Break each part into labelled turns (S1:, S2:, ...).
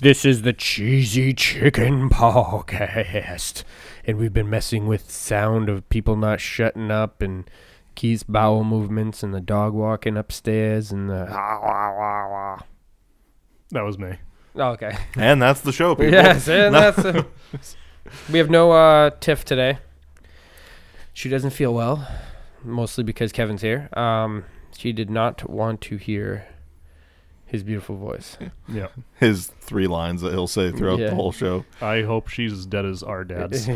S1: This is the Cheesy Chicken Podcast. And we've been messing with sound of people not shutting up and Keith's bowel movements and the dog walking upstairs and the.
S2: That was me.
S1: Oh, okay.
S3: And that's the show, people.
S1: Yes, and that's. we have no uh, Tiff today. She doesn't feel well, mostly because Kevin's here. Um, she did not want to hear his beautiful voice.
S2: Yeah.
S3: His three lines that he'll say throughout
S1: Yeah.
S3: the whole show.
S2: I hope she's as dead as our dad's.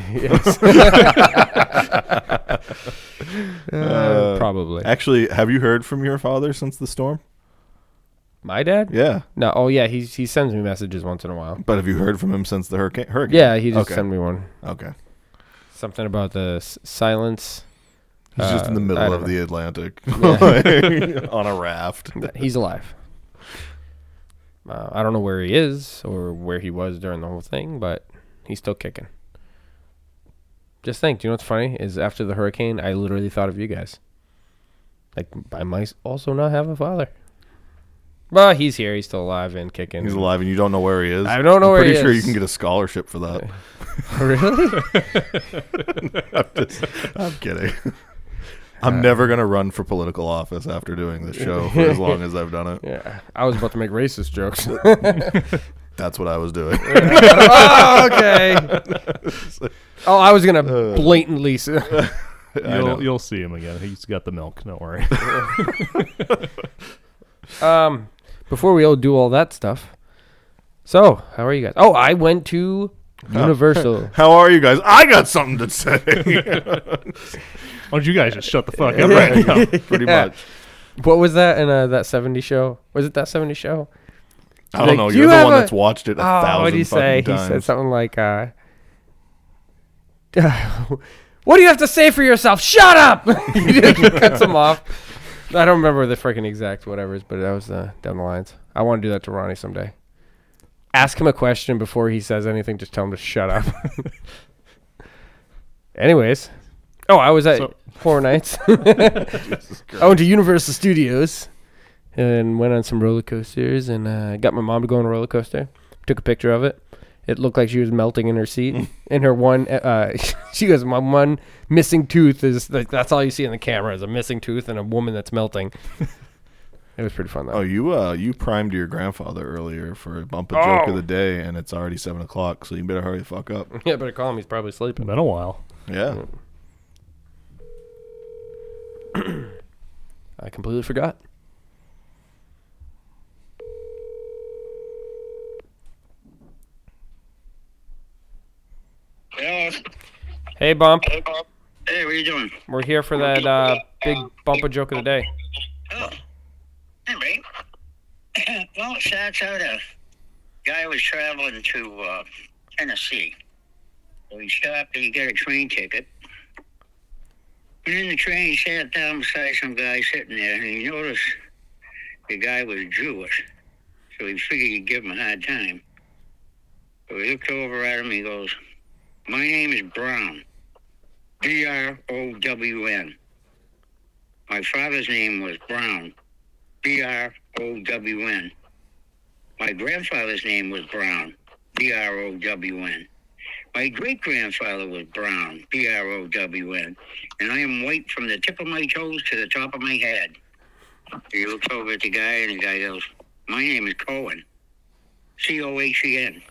S1: Yes. Uh, probably.
S3: Actually, have you heard from your father since the storm?
S1: My dad?
S3: Yeah.
S1: No. Oh yeah, he he sends me messages once in a while.
S3: But have you heard from him since the hurricane? hurricane?
S1: Yeah, he just
S3: Okay.
S1: sent me one.
S3: Okay.
S1: Something about the s- silence.
S3: He's just in the
S1: Uh,
S3: middle
S1: I
S3: of
S1: don't
S3: the Atlantic
S1: Yeah.
S3: on a raft.
S1: He's alive. Uh, I don't know where he is or where he was during the whole thing, but he's still kicking. Just think, do you know what's funny? Is after the hurricane, I literally thought of you guys. Like, I might also not have a father. Well, he's here. He's still alive and kicking.
S3: He's alive and you don't know where he is.
S1: I don't know
S3: I'm
S1: where
S3: pretty
S1: he
S3: sure
S1: is.
S3: you can get a scholarship for that.
S1: really?
S3: I'm kidding.
S1: Uh,
S3: I'm never going to run for political office after doing this show for as long as I've done it.
S1: Yeah. I was about to make racist jokes.
S3: That's what I was doing.
S1: oh, okay. Oh, I was gonna
S3: Uh.
S1: blatantly. s-
S2: You'll, you'll see him again. He's got the milk. Don't worry.
S1: um, before we all do all that stuff. So, how are you guys? Oh, I went to Universal.
S3: How are you guys? I got something to say.
S2: Why don't you guys just shut the fuck
S3: Yeah,
S2: up right now?
S3: right. Pretty
S1: Yeah.
S3: much.
S1: what was that in uh, that '70s show? Was it that '70s show?
S3: I don't
S1: Like,
S3: know.
S1: do
S3: You're
S1: you
S3: the
S1: have
S3: one
S1: a-
S3: that's watched it a
S1: Oh,
S3: thousand
S1: what did he say?
S3: fucking times.
S1: He said something like, uh, "What do you have to say for yourself? Shut up!" he cuts him off. I don't remember the freaking exact whatever's, but that was uh, down the lines. I want to do that to Ronnie someday. Ask him a question before he says anything. Just tell him to shut up. Anyways, oh, I was at
S2: So-
S1: Horror Nights. I went to Universal Studios and went on some roller coasters and uh, got my mom to go on a roller coaster. Took a picture of it. It looked like she was melting in her seat. and her one, uh, she goes, my one missing tooth is like that's all you see in the camera is a missing tooth and a woman that's melting. it was pretty fun though.
S3: Oh, you uh, you primed your grandfather earlier for a bump a joke
S1: Oh.
S3: of the day, and it's already seven o'clock, so you better hurry the fuck up.
S1: yeah, better call him. He's probably
S2: It's
S1: sleeping.
S2: been a while.
S3: Yeah,
S1: I completely forgot.
S4: Hello.
S1: Hey, Bump.
S4: Hey, what are you doing?
S1: We're here for that uh, big bumper joke of the day.
S4: Oh, all right. well, it starts out a guy was traveling to uh, Tennessee. So he stopped and he got a train ticket. And in the train, he sat down beside some guy sitting there, and he noticed the guy was Jewish. So he figured he'd give him a hard time. So he looked over at him and he goes, My name is Brown. B R O W N. My father's name was Brown, B R O W N. My grandfather's name was Brown, B R O W N. My great grandfather was Brown, B R O W N. And I am white from the tip of my toes to the top of my head. He looks over at the guy, and the guy goes, My name is Cohen, C O H E N.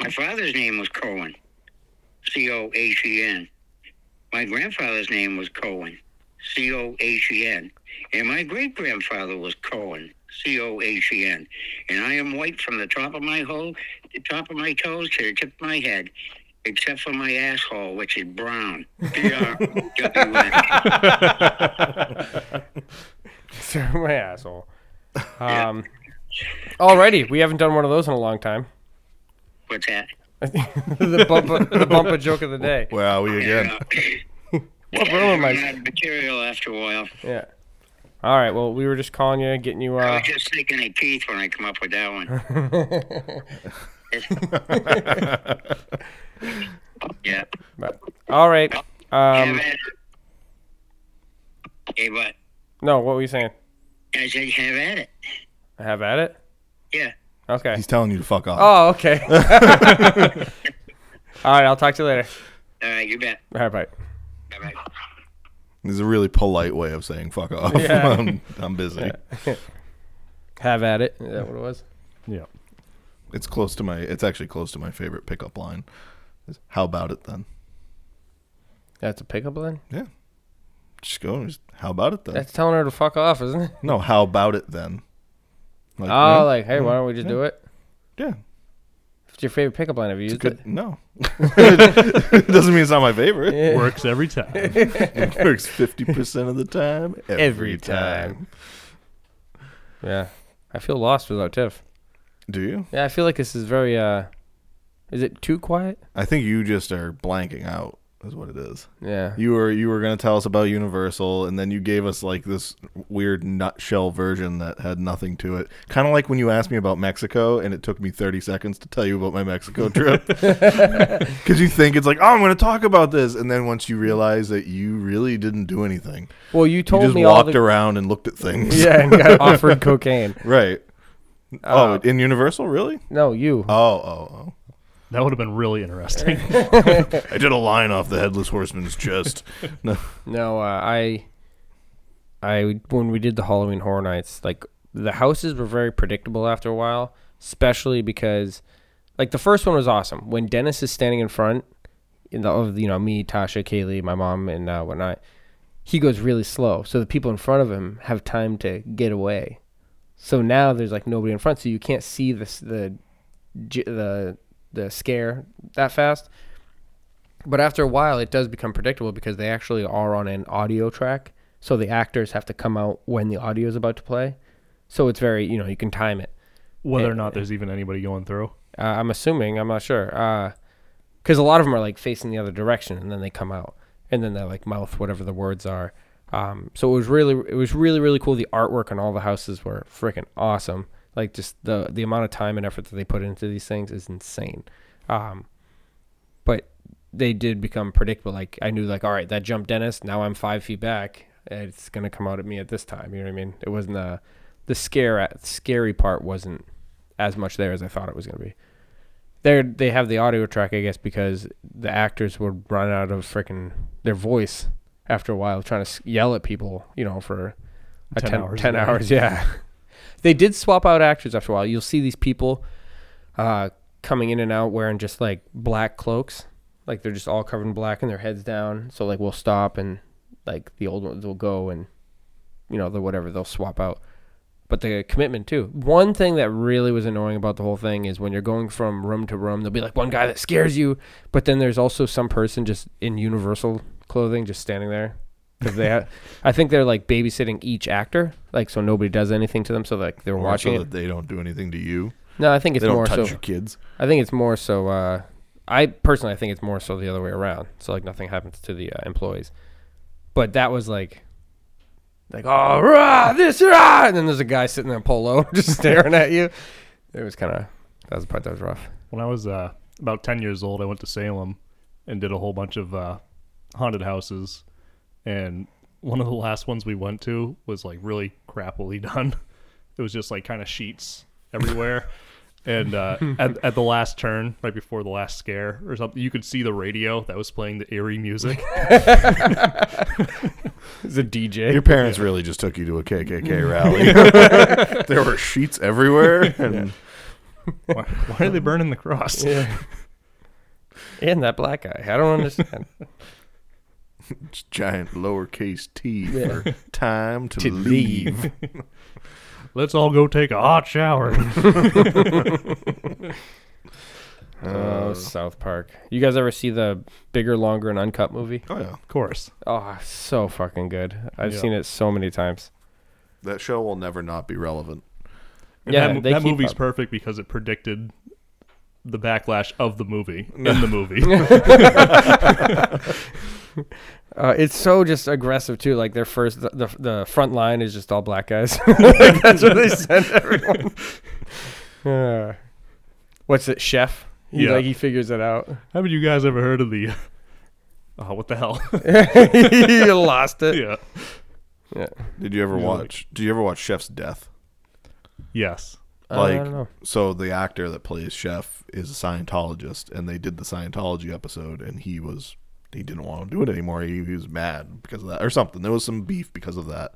S4: My father's name was Cohen, C O H E N. My grandfather's name was Cohen. C O H E N. And my great grandfather was Cohen, C O H E N. And I am white from the top of my hole, the top of my toes to the tip of my head, except for my asshole, which is brown. B R O W N.
S1: Sir, my asshole. Um, alrighty, we haven't done one of those in a long time.
S4: What's that?
S1: the bumper, the bumper joke of the day.
S3: where are we again?
S1: What room am
S4: Uh, I
S1: I?
S4: had material after a while.
S1: Yeah. All right. Well, we were just calling you, getting you.
S4: I
S1: Uh,
S4: was just thinking of Keith when I come up with that one. yeah.
S1: but- all right. Um,
S4: Have at it. Hey, what?
S1: no, what were you saying?
S4: I said, have at it.
S1: Have at it.
S4: Yeah.
S1: Okay.
S3: He's telling you to fuck off.
S1: Oh, okay. All right, I'll talk to you later.
S4: All right, you bet.
S1: All right, bye.
S4: Bye bye.
S3: It's a really polite way of saying fuck off.
S1: Yeah.
S3: I'm, I'm busy.
S1: Have at it. Is that what it was?
S2: Yeah.
S3: It's close to my. It's actually close to my favorite pickup line. Is, How about it then?
S1: That's a pickup line.
S3: Yeah. Just go. Just, how about it then?
S1: That's telling her to fuck off, isn't it?
S3: no. How about it then? Like,
S1: Oh,
S3: no,
S1: like hey, why don't we just do it?
S3: yeah.
S1: If it's your favorite pickup line. Have you used
S3: It's good.
S1: it?
S3: No. it doesn't mean it's not my favorite.
S2: Works every time.
S3: It works fifty percent of the time. Every,
S1: Every
S3: time.
S1: time. Yeah. I feel lost without Tiff.
S3: Do you?
S1: Yeah, I feel like this is very. uh Is it too quiet?
S3: I think you just are blanking out. Is what it is.
S1: Yeah.
S3: You were you were gonna tell us about Universal, and then you gave us like this weird nutshell version that had nothing to it. Kind of like when you asked me about Mexico, and it took me thirty seconds to tell you about my Mexico trip, because you think it's like, oh, I'm gonna talk about this, and then once you realize that you really didn't do anything,
S1: well, you
S3: you
S1: told
S3: just
S1: me all
S3: walked
S1: the.
S3: around and looked at things.
S1: Yeah, and got offered cocaine.
S3: right. oh,
S1: Uh,
S3: in Universal, really?
S1: No, you.
S3: Oh, oh, oh.
S2: That would have been really interesting.
S3: I did a line off the headless horseman's chest. No.
S1: No, uh, I, I when we did the Halloween Horror Nights, like the houses were very predictable after a while, especially because, like the first one was awesome when Dennis is standing in front, in the of you know me, Tasha, Kaylee, my mom, and uh, whatnot. He goes really slow, so the people in front of him have time to get away. So now there's like nobody in front, so you can't see the s- the j- the the scare that fast. But after a while, it does become predictable because they actually are on an audio track. So the actors have to come out when the audio is about to play. So it's very, you know, you can time it.
S2: Whether or not there's even anybody going through.
S1: Uh, I'm assuming, I'm not sure. Because a lot of them are like facing the other direction and then they come out and then they like mouth whatever the words are. Um, so it was really, it was really, really cool. The artwork on all the houses were freaking awesome. Like just the, the amount of time and effort that they put into these things is insane. Um, but they did become predictable. Like I knew, like all right, that jump dentist. Now I'm five feet back. and It's gonna come out at me at this time. You know what I mean? It wasn't the the scare at, scary part wasn't as much there as I thought it was gonna be. They they have the audio track, I guess, because the actors would run out of freaking their voice after a while, trying to s- yell at people. You know, for a
S2: 10
S1: ten, 10
S2: hours
S1: hours.
S2: a day.
S1: yeah. they did swap out actors after a while. You'll see these people uh, coming in and out wearing just like black cloaks. Like they're just all covered in black and their heads down. So like we'll stop and like the old ones will go and you know the whatever they'll swap out. But the commitment too. One thing that really was annoying about the whole thing is when you're going from room to room, there'll be like one guy that scares you, but then there's also some person just in universal clothing just standing there. 'Cause they, ha- I think they're like babysitting each actor, like so nobody does anything to them. So like they're
S3: More
S1: watching
S3: so
S1: it.
S3: that they don't do anything to you.
S1: No, I think it's
S3: they don't
S1: more
S3: touch
S1: so.
S3: your kids.
S1: I think it's more so. Uh, I personally, I think it's more so the other way around. So like nothing happens to the uh, employees, but that was like, like oh rah, this rah, and then there's a guy sitting in a polo just staring at you. It was kind of that was the part that was rough.
S2: When I was uh, about 10 years old, I went to Salem and did a whole bunch of uh, haunted houses. And one of the last ones we went to was like really crappily done. It was just like kind of sheets everywhere. and uh, at, at the last turn, right before the last scare or something, you could see the radio that was playing the eerie music.
S1: It's a DJ.
S3: Your parents really just took you to a KKK rally. there were sheets everywhere, and
S2: why, why are they burning the cross?
S1: Yeah. and that black guy. I don't understand.
S3: just giant lowercase t
S1: Yeah.
S3: for time to,
S1: To
S3: leave.
S2: Let's all go take a hot shower.
S1: oh, South Park. You guys ever see the bigger, longer, and uncut movie?
S3: Oh yeah,
S2: of course.
S1: Oh, so fucking good. I've
S2: Yeah.
S1: seen it so many times.
S3: that show will never not be relevant.
S2: And
S1: Yeah,
S2: that, mo-
S1: they
S2: that
S1: keep
S2: movie's
S1: up.
S2: perfect because it predicted the backlash of the movie in the movie.
S1: Uh, it's so just aggressive too. Like their first, the, the, the front line is just all black guys. Like, that's what they send everyone. Yeah. what's it, chef? He,
S2: Yeah.
S1: Like he figures it out.
S2: Haven't you guys ever heard of the? Oh, what the hell?
S1: he lost it.
S2: yeah.
S1: Yeah.
S3: Did you ever
S2: Really?
S3: watch? Did you ever watch Chef's Death?
S2: Yes.
S1: Uh, I
S3: Like,
S1: don't know.
S3: so the actor that plays Chef is a Scientologist, and they did the Scientology episode, and he was he didn't want to do it anymore. He, he was mad because of that or something. There was some beef because of that,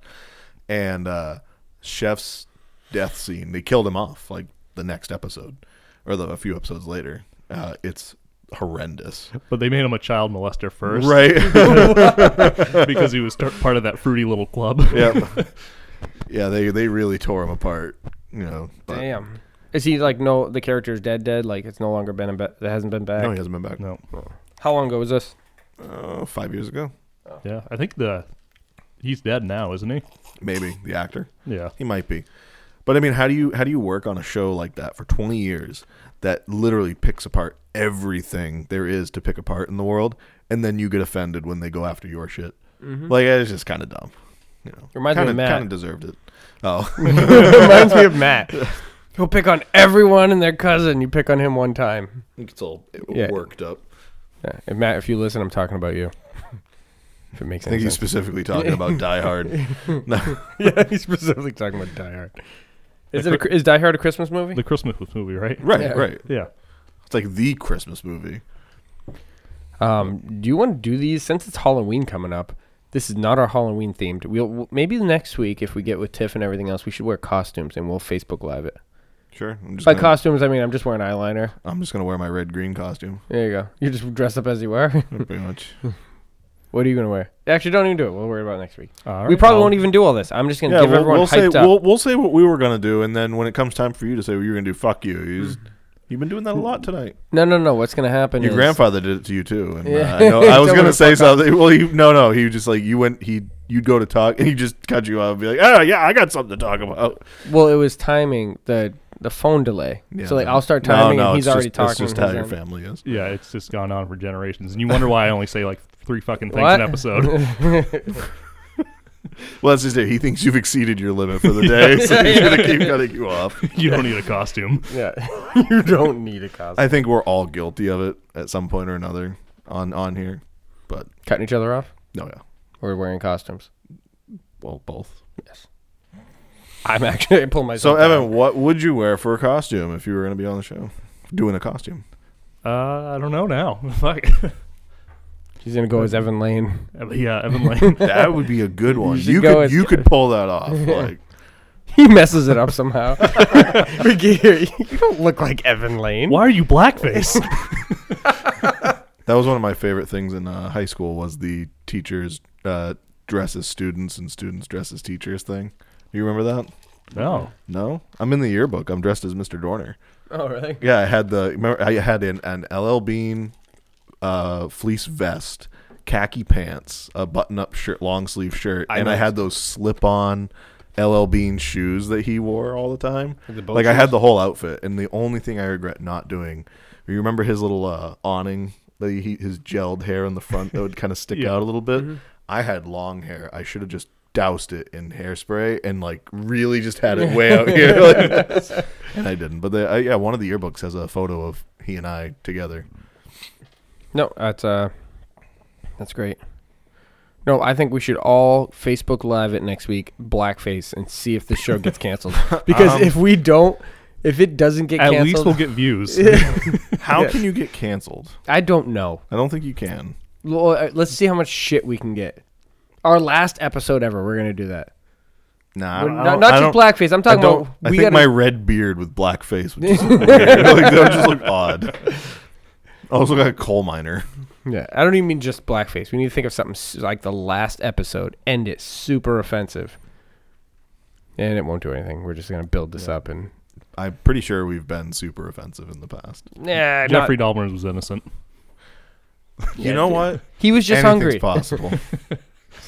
S3: and uh, Chef's death scene they killed him off like the next episode or the, a few episodes later. Uh, it's horrendous,
S2: But they made him a child molester first,
S3: right?
S2: Because he was tar- part of that fruity little club.
S3: yeah, yeah. They they really tore him apart. You know, but
S1: Damn. Is he like no? The character is dead, dead. Like it's no longer been. Ba- that hasn't been back.
S3: no, he hasn't been back.
S2: No,
S1: How long ago was this?
S3: Uh, five years ago,
S2: yeah, I think the he's dead now, isn't he?
S3: maybe the actor.
S2: Yeah,
S3: He might be. But I mean, how do you how do you work on a show like that for 20 years that literally picks apart everything there is to pick apart in the world and then you get offended when they go after your shit? Like it's just kind of dumb. You know.
S1: Reminds me of
S3: kind of
S1: Matt.
S3: kind of deserved it. Oh.
S1: Reminds me of Matt. He'll pick on everyone and their cousin. You pick on him one time.
S3: it's all
S1: Yeah.
S3: worked up.
S1: Yeah. And Matt, if you listen, I'm talking about you. If it makes
S3: I think
S1: any
S3: he's
S1: sense.
S3: specifically talking about Die Hard. No.
S1: yeah, he's specifically talking about Die Hard. Is it a, cri- is Die Hard a Christmas movie?
S2: the Christmas movie, right?
S3: Right,
S1: Yeah.
S3: right.
S2: Yeah,
S3: It's like the Christmas movie.
S1: Um, do you want to do these since it's Halloween coming up? This is not our Halloween themed. We'll we'll- maybe next week if we get with Tiff and everything else, we should wear costumes and we'll Facebook Live it.
S3: Sure. I'm just
S1: By
S3: gonna,
S1: costumes, I mean I'm just wearing eyeliner.
S3: I'm just going to wear my red green costume
S1: There you go. You just dress up as you are.
S3: pretty much.
S1: what are you gonna wear? Actually, don't even do it. We'll worry about it next week.
S2: All
S1: we
S2: right,
S1: probably
S2: well,
S1: won't even do all this. I'm just gonna
S3: Yeah,
S1: give
S3: we'll,
S1: everyone
S3: we'll
S1: hyped
S3: say
S1: up.
S3: we'll, we'll say what we were gonna do, and then when it comes time for you to say what you're gonna do, fuck you. You just, Mm-hmm. you've been doing that a lot tonight.
S1: no, no, no. What's gonna happen?
S3: Your
S1: is-
S3: grandfather did it to you too. And, uh,
S1: Yeah.
S3: I, know, I
S1: Tell
S3: was
S1: him
S3: gonna
S1: to
S3: say something. Well, he, no, no. He just like you went. He you'd go to talk, and he just cut you off and be like, "Oh yeah, I got something to talk about." Oh,
S1: Well, it was timing the the phone delay.
S3: Yeah,
S1: so like
S3: no.
S1: I'll start timing
S3: No, no,
S1: and he's
S3: it's
S1: already
S3: just,
S1: talking.
S3: It's just
S1: and
S3: how your
S1: he's on-
S3: family is.
S2: Yeah, it's just gone on for generations, and you wonder why I only say like three fucking things
S1: What?
S2: an episode.
S3: Well, that's just it. He thinks you've exceeded your limit for the day, so he's gonna keep cutting you off.
S2: you don't need a costume.
S1: yeah, you don't need a costume.
S3: I think we're all guilty of it at some point or another on on here, but
S1: Cutting each other off
S3: no, yeah,
S1: or wearing costumes.
S3: well, both.
S1: I'm actually I pull myself.
S3: So,
S1: out.
S3: Evan, what would you wear for a costume if you were going to be on the show? Doing a costume.
S2: Uh, I don't know now. Fuck.
S1: he's gonna go as Evan Lane.
S2: yeah, Evan Lane.
S3: That would be a good one.
S1: should
S3: You,
S1: go
S3: could
S1: as-
S3: you could pull that off. Like
S1: He messes it up somehow. Gary, you don't look like Evan Lane.
S2: Why are you blackface?
S3: that was one of my favorite things in uh, high school was the teachers uh, dress as students and students dress as teachers thing. Do you remember that?
S2: no.
S3: No, I'm in the yearbook. I'm dressed as Mr. Dorner.
S1: Oh really?
S3: Yeah, I had the remember I had an, an LL Bean uh, fleece vest, khaki pants, a button up shirt, long sleeve shirt,
S1: I
S3: and I
S1: know.
S3: had those slip on LL Bean shoes that he wore all the time.
S1: The boat
S3: Like I had the whole outfit, and the only thing I regret not doing, you remember his little uh, awning, that he, his gelled hair in the front that would kind of stick
S2: Yeah.
S3: out a little
S1: Mm-hmm.
S3: bit. I had long hair. I should have just doused it in hairspray and like really just had it way out here. like this. and I didn't. But the, uh, yeah, one of the yearbooks has a photo of he and I together.
S1: No, that's uh, that's great. No, I think we should all Facebook Live it next week, blackface, and see if the show gets canceled. Because if we don't, if it doesn't get
S2: At
S1: canceled,
S2: least we'll get views.
S3: How
S1: Yeah.
S3: can you get canceled?
S1: I don't know.
S3: I don't think you can.
S1: Well, uh, Let's see how much shit we can get. Our last episode ever, we're gonna do that.
S3: Nah, I
S1: We're
S3: don't- I
S1: not
S3: don't-
S1: not
S3: I
S1: just
S3: don't-
S1: blackface. I'm
S3: I
S1: talking
S3: don't.
S1: about
S3: I
S1: we
S3: think
S1: gotta.
S3: my red beard with black face would just look weird. Like, that would just look odd. I also got a coal miner.
S1: yeah, I don't even mean just blackface. We need to think of something s- like the last episode. End it super offensive, and it won't do anything. We're just gonna build this up and
S3: I'm pretty sure we've been super offensive in the past.
S1: nah, not-
S2: Jeffrey Dahmer was innocent.
S3: you know what?
S1: He was just
S3: Anything's
S1: hungry.
S3: possible.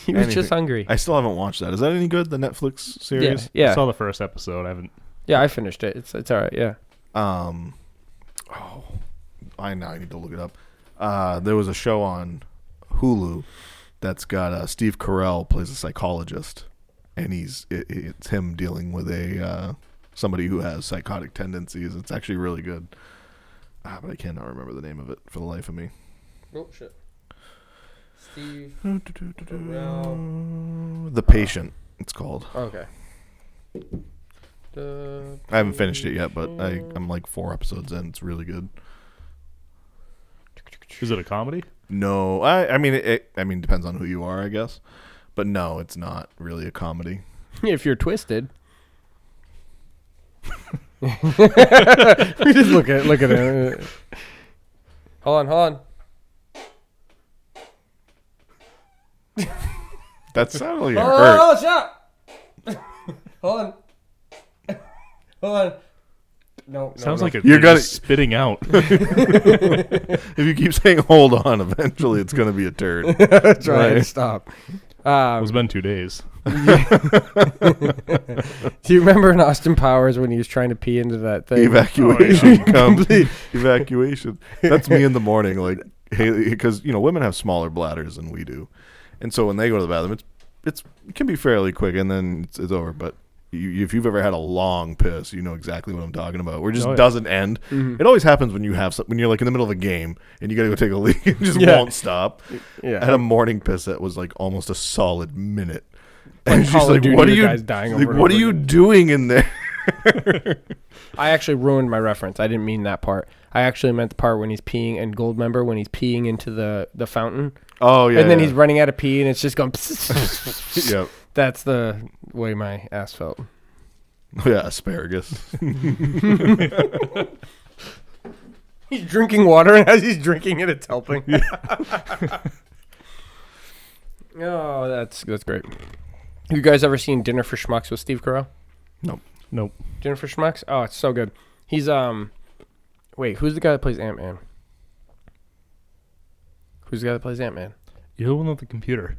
S1: He was
S3: anything.
S1: just hungry.
S3: I still haven't watched that. Is that any good? The Netflix
S1: yeah,
S3: series.
S2: I
S1: yeah,
S2: saw the first episode. I haven't.
S1: yeah. I finished it. It's it's all right. Yeah.
S3: Um, oh, I now I need to look it up. Uh, there was a show on Hulu that's got uh, Steve Carell plays a psychologist, and he's it, it's him dealing with a uh, somebody who has psychotic tendencies. It's actually really good. Ah, but I cannot remember the name of it for the life of me.
S1: Oh shit. Steve.
S3: The Patient. It's called.
S1: Okay.
S3: I haven't finished it yet, but I, I'm like four episodes in. It's really good.
S2: Is it a comedy?
S3: No, I, I mean, it, it, I mean, depends on who you are, I guess. But no, it's not really a comedy.
S1: if you're twisted. we just look at look at it. Hold on, hold on.
S3: That sounded like it
S1: Hold on,
S3: hurt.
S1: hold on, stop. oh, hold on. hold on. No, no,
S2: Sounds
S1: no.
S2: like it.
S3: You
S2: You're
S3: gotta-
S2: spitting out.
S3: If you keep saying "hold on," eventually it's gonna be a turd.
S1: that's right.
S3: Right.
S1: Stop. Um,
S2: it's been two days.
S1: do you remember in Austin Powers when he was trying to pee into that thing?
S3: evacuation comes. evacuation. That's me in the morning, like Haley, because you know women have smaller bladders than we do, and so when they go to the bathroom, it's it's it can be fairly quick, and then it's, it's over. But you, if you've ever had a long piss, you know exactly what I'm talking about. Where it just
S2: Oh, yeah.
S3: doesn't end.
S1: Mm-hmm.
S3: It always happens when you have some, when you're like in the middle of a game and you got to go take a leak, it just
S1: Yeah.
S3: won't stop. I had
S1: Yeah.
S3: a morning piss that was like almost a solid minute.
S1: Like
S3: And she's
S1: Call of
S3: like,
S1: Duty,
S3: "What are
S1: the
S3: you?
S1: guy's dying
S3: like,
S1: over and
S3: what are
S1: over
S3: you doing in there?"
S1: I actually ruined my reference. I didn't mean that part. I actually meant the part when he's peeing and gold member when he's peeing into the, the fountain.
S3: Oh yeah.
S1: and then
S3: yeah.
S1: he's running out of pee and it's just going.
S3: yeah,
S1: That's the way my ass felt.
S3: yeah, asparagus.
S1: He's drinking water, and as he's drinking it, it's helping. oh, that's that's great. You guys ever seen Dinner for Schmucks with Steve Carell?
S2: Nope.
S1: Dinner for Schmucks? Oh, it's so good. He's um, wait, who's the guy that plays Ant Man? Who's the guy that plays Ant Man?
S2: You're the one with the computer.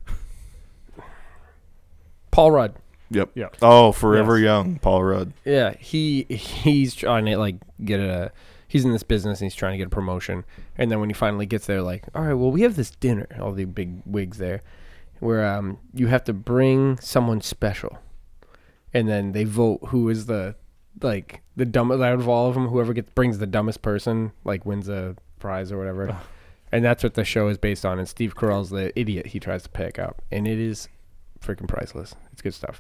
S1: Paul Rudd.
S3: Yep.
S2: Yeah.
S3: Oh, Forever
S2: Yes.
S3: Young, Paul Rudd.
S1: Yeah, he he's trying to like get a. He's in this business and he's trying to get a promotion. And then when he finally gets there, like, all right, well, we have this dinner, all the big wigs there, where um you have to bring someone special, and then they vote who is the like the dumbest out of all of them. Whoever gets brings the dumbest person like wins a prize or whatever. And that's what the show is based on. And Steve Carell's the idiot he tries to pick up, and it is freaking priceless. It's good stuff.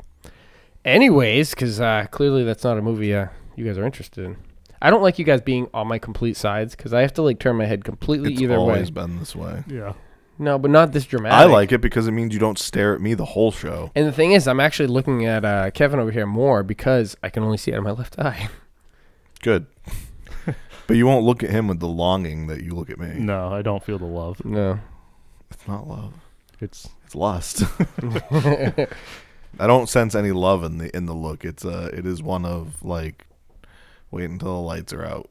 S1: Anyways, because uh, clearly that's not a movie uh, you guys are interested in. I don't like you guys being on my complete sides because I have to like turn my head completely
S3: It's
S1: either way.
S3: always been this way.
S2: Yeah.
S1: No, but not this dramatic.
S3: I like it because it means you don't stare at me the whole show.
S1: And the thing is, I'm actually looking at uh, Kevin over here more because I can only see out of my left eye.
S3: Good. but you won't look at him with the longing that you look at me.
S2: No, I don't feel the love.
S1: No.
S3: It's not love.
S2: It's
S3: It's lust. I don't sense any love in the in the look. It's uh it is one of like wait until the lights are out.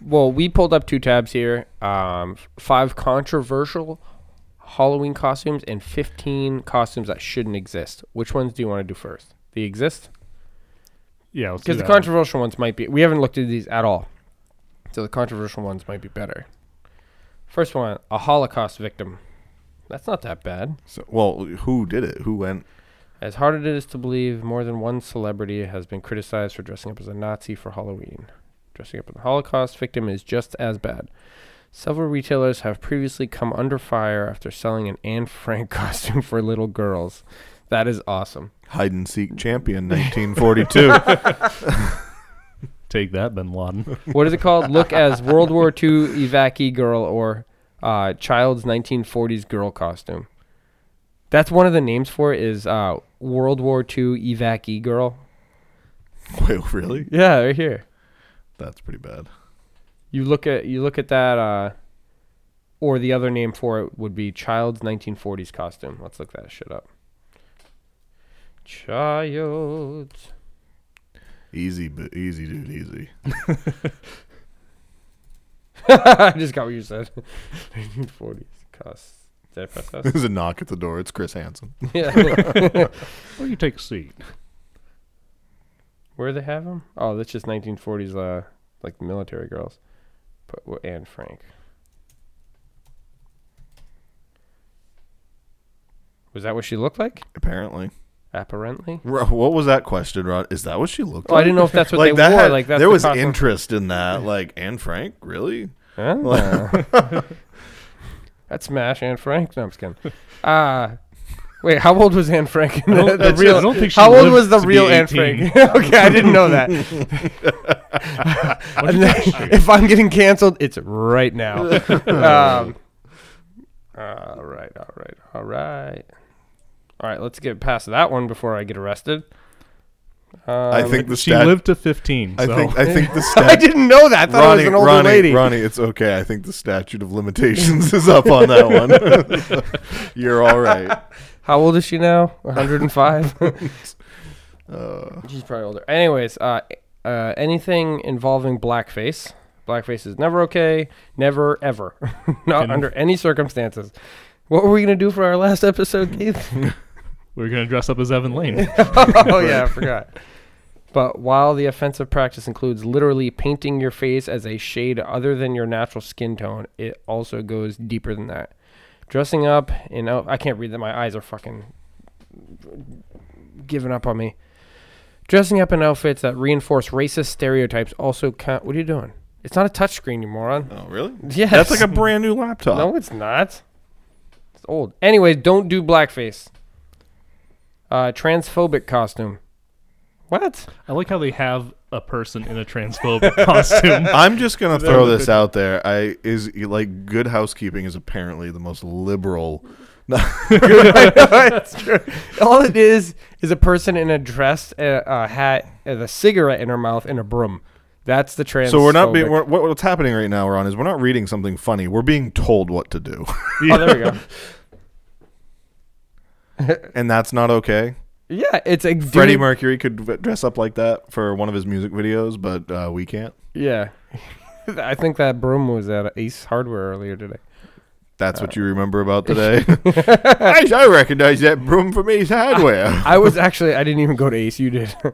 S1: Well, we pulled up two tabs here: um, five controversial Halloween costumes and 15 costumes that shouldn't exist. Which ones do you want to do first? The exist
S2: yeah. Let's do
S1: Because the
S2: that one.
S1: controversial ones might be. We haven't looked at these at all, so the controversial ones might be better. First one: a Holocaust victim. That's not that bad.
S3: So well, who did it? Who went?
S1: As hard as it is to believe, more than one celebrity has been criticized for dressing up as a Nazi for Halloween. Dressing up as a Holocaust victim is just as bad. Several retailers have previously come under fire after selling an Anne Frank costume for little girls. That is awesome.
S3: Hide and seek champion 1942.
S2: Take that, Bin Laden.
S1: What is it called? Look as World War II evacee girl or uh, child's 1940s girl costume. That's one of the names for it is uh, World War II evacee girl.
S3: wait, really?
S1: Yeah, right here.
S3: That's pretty bad.
S1: You look at you look at that, uh, or the other name for it would be child's 1940s costume. Let's look that shit up. Child's
S3: Easy, but easy, dude, easy.
S1: I just got what you said. 1940s cost. Did I press that?
S3: There's a knock at the door. It's Chris Hansen.
S1: yeah.
S2: Well, you take a seat.
S1: Where they have them? Oh, that's just 1940s, uh, like the military girls. But wh- Anne Frank. Was that what she looked like?
S3: Apparently.
S1: Apparently.
S3: Ro- What was that question, Rod? Is that what she looked
S1: Well,
S3: like?
S1: Oh, I didn't know if that's what
S3: like
S1: they
S3: that
S1: wore.
S3: had-
S1: like that's
S3: there
S1: the
S3: was
S1: costume.
S3: interest in that. Like Anne Frank, really?
S1: Ah. That's Smash Anne Frank. No, I'm just kidding. Uh, Wait, how old was Anne Frank? in
S2: I don't-
S1: the- the
S2: that's it.
S1: real,
S2: I don't think she
S1: how old
S2: lived
S1: was the
S2: to be
S1: real Anne
S2: 18.
S1: Frank? okay, I didn't know that. And then- if I'm getting canceled, it's right now. um, all right, all right, all right, all right. Let's get past that one before I get arrested.
S3: I
S1: Um,
S3: think the
S2: she
S3: stat.
S2: lived to 15.
S3: I
S2: so.
S3: think. I think the
S1: I
S3: stat.
S1: didn't know that. I thought
S3: Ronnie,
S1: it was an older
S3: Ronnie,
S1: lady.
S3: Ronnie, it's okay. I think the statute of limitations is up on that one. You're all right.
S1: How old is she now? 105.
S3: Oh, Uh,
S1: She's probably older. Anyways, uh, uh, anything involving blackface. Blackface is never okay. Never, ever. Not
S2: And-
S1: under any circumstances. What were we going to do for our last episode, Keith?
S2: We We're gonna dress up as Evan Lane.
S1: oh, yeah, I forgot. But while the offensive practice includes literally painting your face as a shade other than your natural skin tone, it also goes deeper than that. Dressing up in out- I can't read that my eyes are fucking giving up on me. Dressing up in outfits that reinforce racist stereotypes also count. What are you doing? It's not a touchscreen, you moron.
S3: oh, really?
S1: Yes.
S3: That's like a brand new laptop.
S1: No, it's not. It's old. Anyways, don't do blackface. Uh, transphobic costume. What?
S2: I like how they have a person in a transphobic costume.
S3: I'm just gonna throw this out there. I is like good housekeeping is apparently the most liberal.
S1: That's true. All it is is a person in a dress, a, a hat, and a cigarette in her mouth, and a broom. That's the trans.
S3: So we're not being we're, what- what's happening right now, Ron, is we're not reading something funny. We're being told what to do,
S1: Oh, there we go.
S3: and that's not okay.
S1: Yeah, it's a
S3: Freddie
S1: dude-
S3: Mercury could v- dress up like that for one of his music videos, but uh, we can't.
S1: Yeah, I think that broom was at Ace Hardware earlier today.
S3: That's what you remember about today. I, I recognize that broom from Ace Hardware.
S1: I was actually I didn't even go to Ace. You did.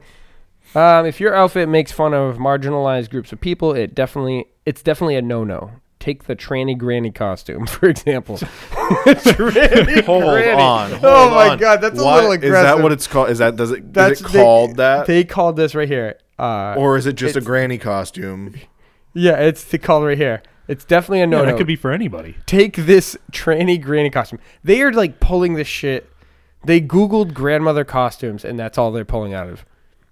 S1: um, if your outfit makes fun of marginalized groups of people, it definitely it's definitely a no no. Take the tranny granny costume, for example. tranny
S3: Hold
S1: granny.
S3: on.
S1: oh
S3: hold
S1: my
S3: on.
S1: god, that's a
S3: Why-
S1: little
S3: Is
S1: aggressive.
S3: that what it's called? Is that does it? That's
S1: That's
S3: is it called
S1: they,
S3: that,
S1: They called this right here. Uh,
S3: or is it just a
S1: it's-
S3: granny costume?
S1: yeah, it's the call right here. It's definitely a no
S2: No,
S1: no.
S2: that could be for anybody.
S1: take this tranny granny costume. They are like pulling this shit. They Googled grandmother costumes, and that's all they're pulling out of.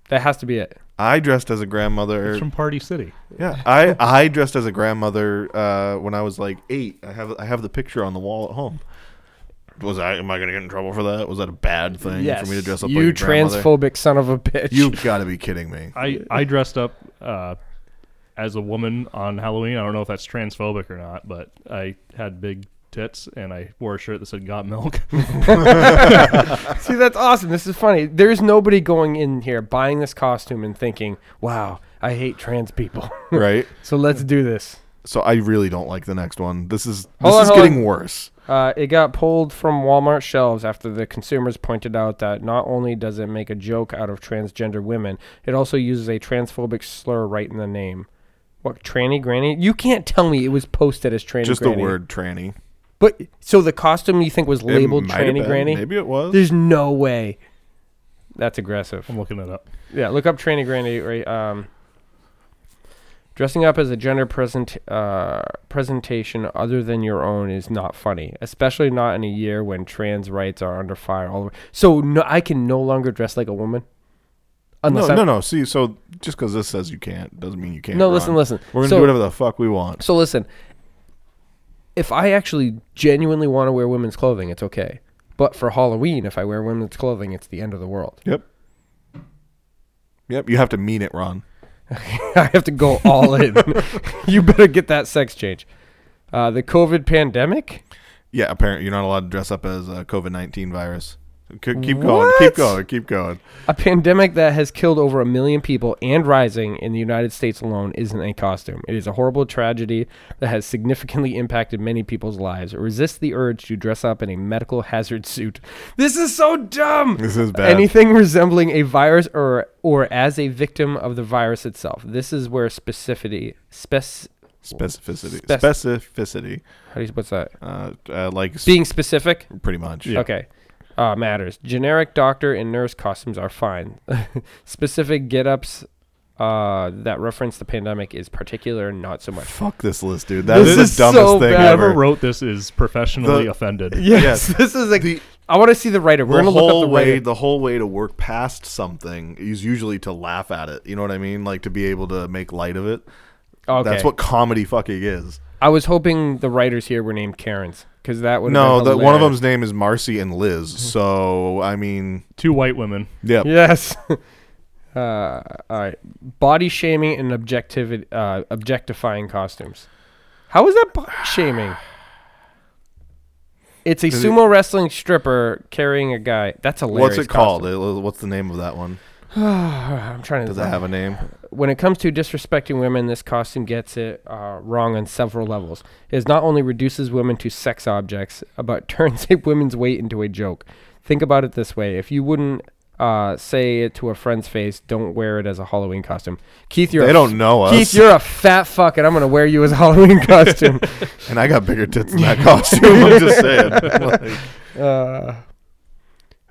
S1: That has to be it.
S3: I dressed as a grandmother.
S2: It's from Party City.
S3: Yeah, I, I dressed as a grandmother uh, when I was like eight. I have I have the picture on the wall at home. Was I am I gonna get in trouble for that? Was that a bad thing for me to dress up?
S1: you
S3: like a grandmother?
S1: transphobic son of a bitch.
S3: You've got to be kidding me.
S2: I I dressed up uh, as a woman on Halloween. I don't know if that's transphobic or not, but I had big tits and I wore a shirt that said "Got Milk."
S1: see that's awesome. This is funny. There's nobody going in here buying this costume and thinking, "Wow, I hate trans people."
S3: Right.
S1: so let's do this.
S3: So I really don't like the next one. This is this
S1: Hold on,
S3: is
S1: hold
S3: getting
S1: on.
S3: worse.
S1: Uh, it got pulled from Walmart shelves after the consumers pointed out that not only does it make a joke out of transgender women, it also uses a transphobic slur right in the name. What tranny granny? You can't tell me it was posted as tranny
S3: Just
S1: granny.
S3: the word tranny.
S1: But so the costume you think was
S3: It
S1: labeled
S3: might have
S1: tranny
S3: been.
S1: granny?
S3: Maybe it was.
S1: There's no way. That's aggressive.
S2: I'm looking it up.
S1: Yeah, look up tranny granny. Right, um, dressing up as a gender present uh, presentation other than your own is not funny, especially not in a year when trans rights are under fire all over. So no, I can no longer dress like a woman.
S3: no,
S1: Unless I'm,
S3: no, no. See, so just because this says you can't doesn't mean you can't.
S1: No,
S3: Ron.
S1: listen, listen.
S3: We're gonna
S1: So-
S3: do whatever the fuck we want.
S1: So listen, if I actually genuinely want to wear women's clothing, it's okay. But for Halloween, if I wear women's clothing, it's the end of the world.
S3: Yep. Yep. You have to mean it, Ron.
S1: I have to go all in. you better get that sex change. Uh, the COVID pandemic.
S3: Yeah, apparently you're not allowed to dress up as a COVID nineteen virus. K- keep going, keep
S1: What?
S3: going, keep going.
S1: A pandemic that has killed over a million people and rising in the United States alone isn't a costume. It is a horrible tragedy that has significantly impacted many people's lives. Resist the urge to dress up in a medical hazard suit. This is so dumb.
S3: This is bad.
S1: Anything resembling a virus or or as a victim of the virus itself. This is where specificity spec
S3: Specificity,
S1: Spec-
S3: specificity,
S1: how do you, what's that?
S3: uh, uh, like s-
S1: Being specific.
S3: pretty much.
S1: Okay. Uh, matters. Generic doctor and nurse costumes are fine. Specific get-ups uh, that reference the pandemic is particular, not so much.
S3: Fuck this list, dude. That is
S1: This
S3: the
S1: is
S3: dumbest
S1: so
S3: thing
S1: bad.
S2: Whoever
S3: ever.
S2: wrote this is professionally
S3: The-
S2: offended.
S1: Yes,
S3: Yes.
S1: this is like
S3: The
S1: I want to see the writer. We're
S3: the
S1: gonna look
S3: whole
S1: up the
S3: way
S1: writer.
S3: the whole way to work past something is usually to laugh at it. You know what I mean? Like to be able to make light of it.
S1: okay.
S3: That's what comedy fucking is.
S1: I was hoping the writers here were named Karens because that would Been
S3: No, the, one
S1: hilarious.
S3: of
S1: Mm-hmm.
S3: them's name is Marcy and Liz. So I mean,
S2: Two white women.
S3: yeah,
S1: Yes. Uh, all right. Body shaming and objectivity, uh, objectifying costumes. How is that body shaming? It's a
S3: it-
S1: sumo wrestling stripper carrying a guy. That's a
S3: What's it called? Uh, What's the name of that one?
S1: I'm trying to.
S3: Does it have a name?
S1: when it comes to disrespecting women, this costume gets it uh, wrong on several levels. It not only reduces women to sex objects, but turns a woman's weight into a joke. Think about it this way: if you wouldn't uh, say it to a friend's face, don't wear it as a Halloween costume. Keith, you're
S3: They
S1: a
S3: don't know
S1: Keith,
S3: us,
S1: you're a fat fuck, and I'm gonna wear you as a Halloween costume.
S3: and I got bigger tits in that costume. I'm just saying. Like,
S1: uh,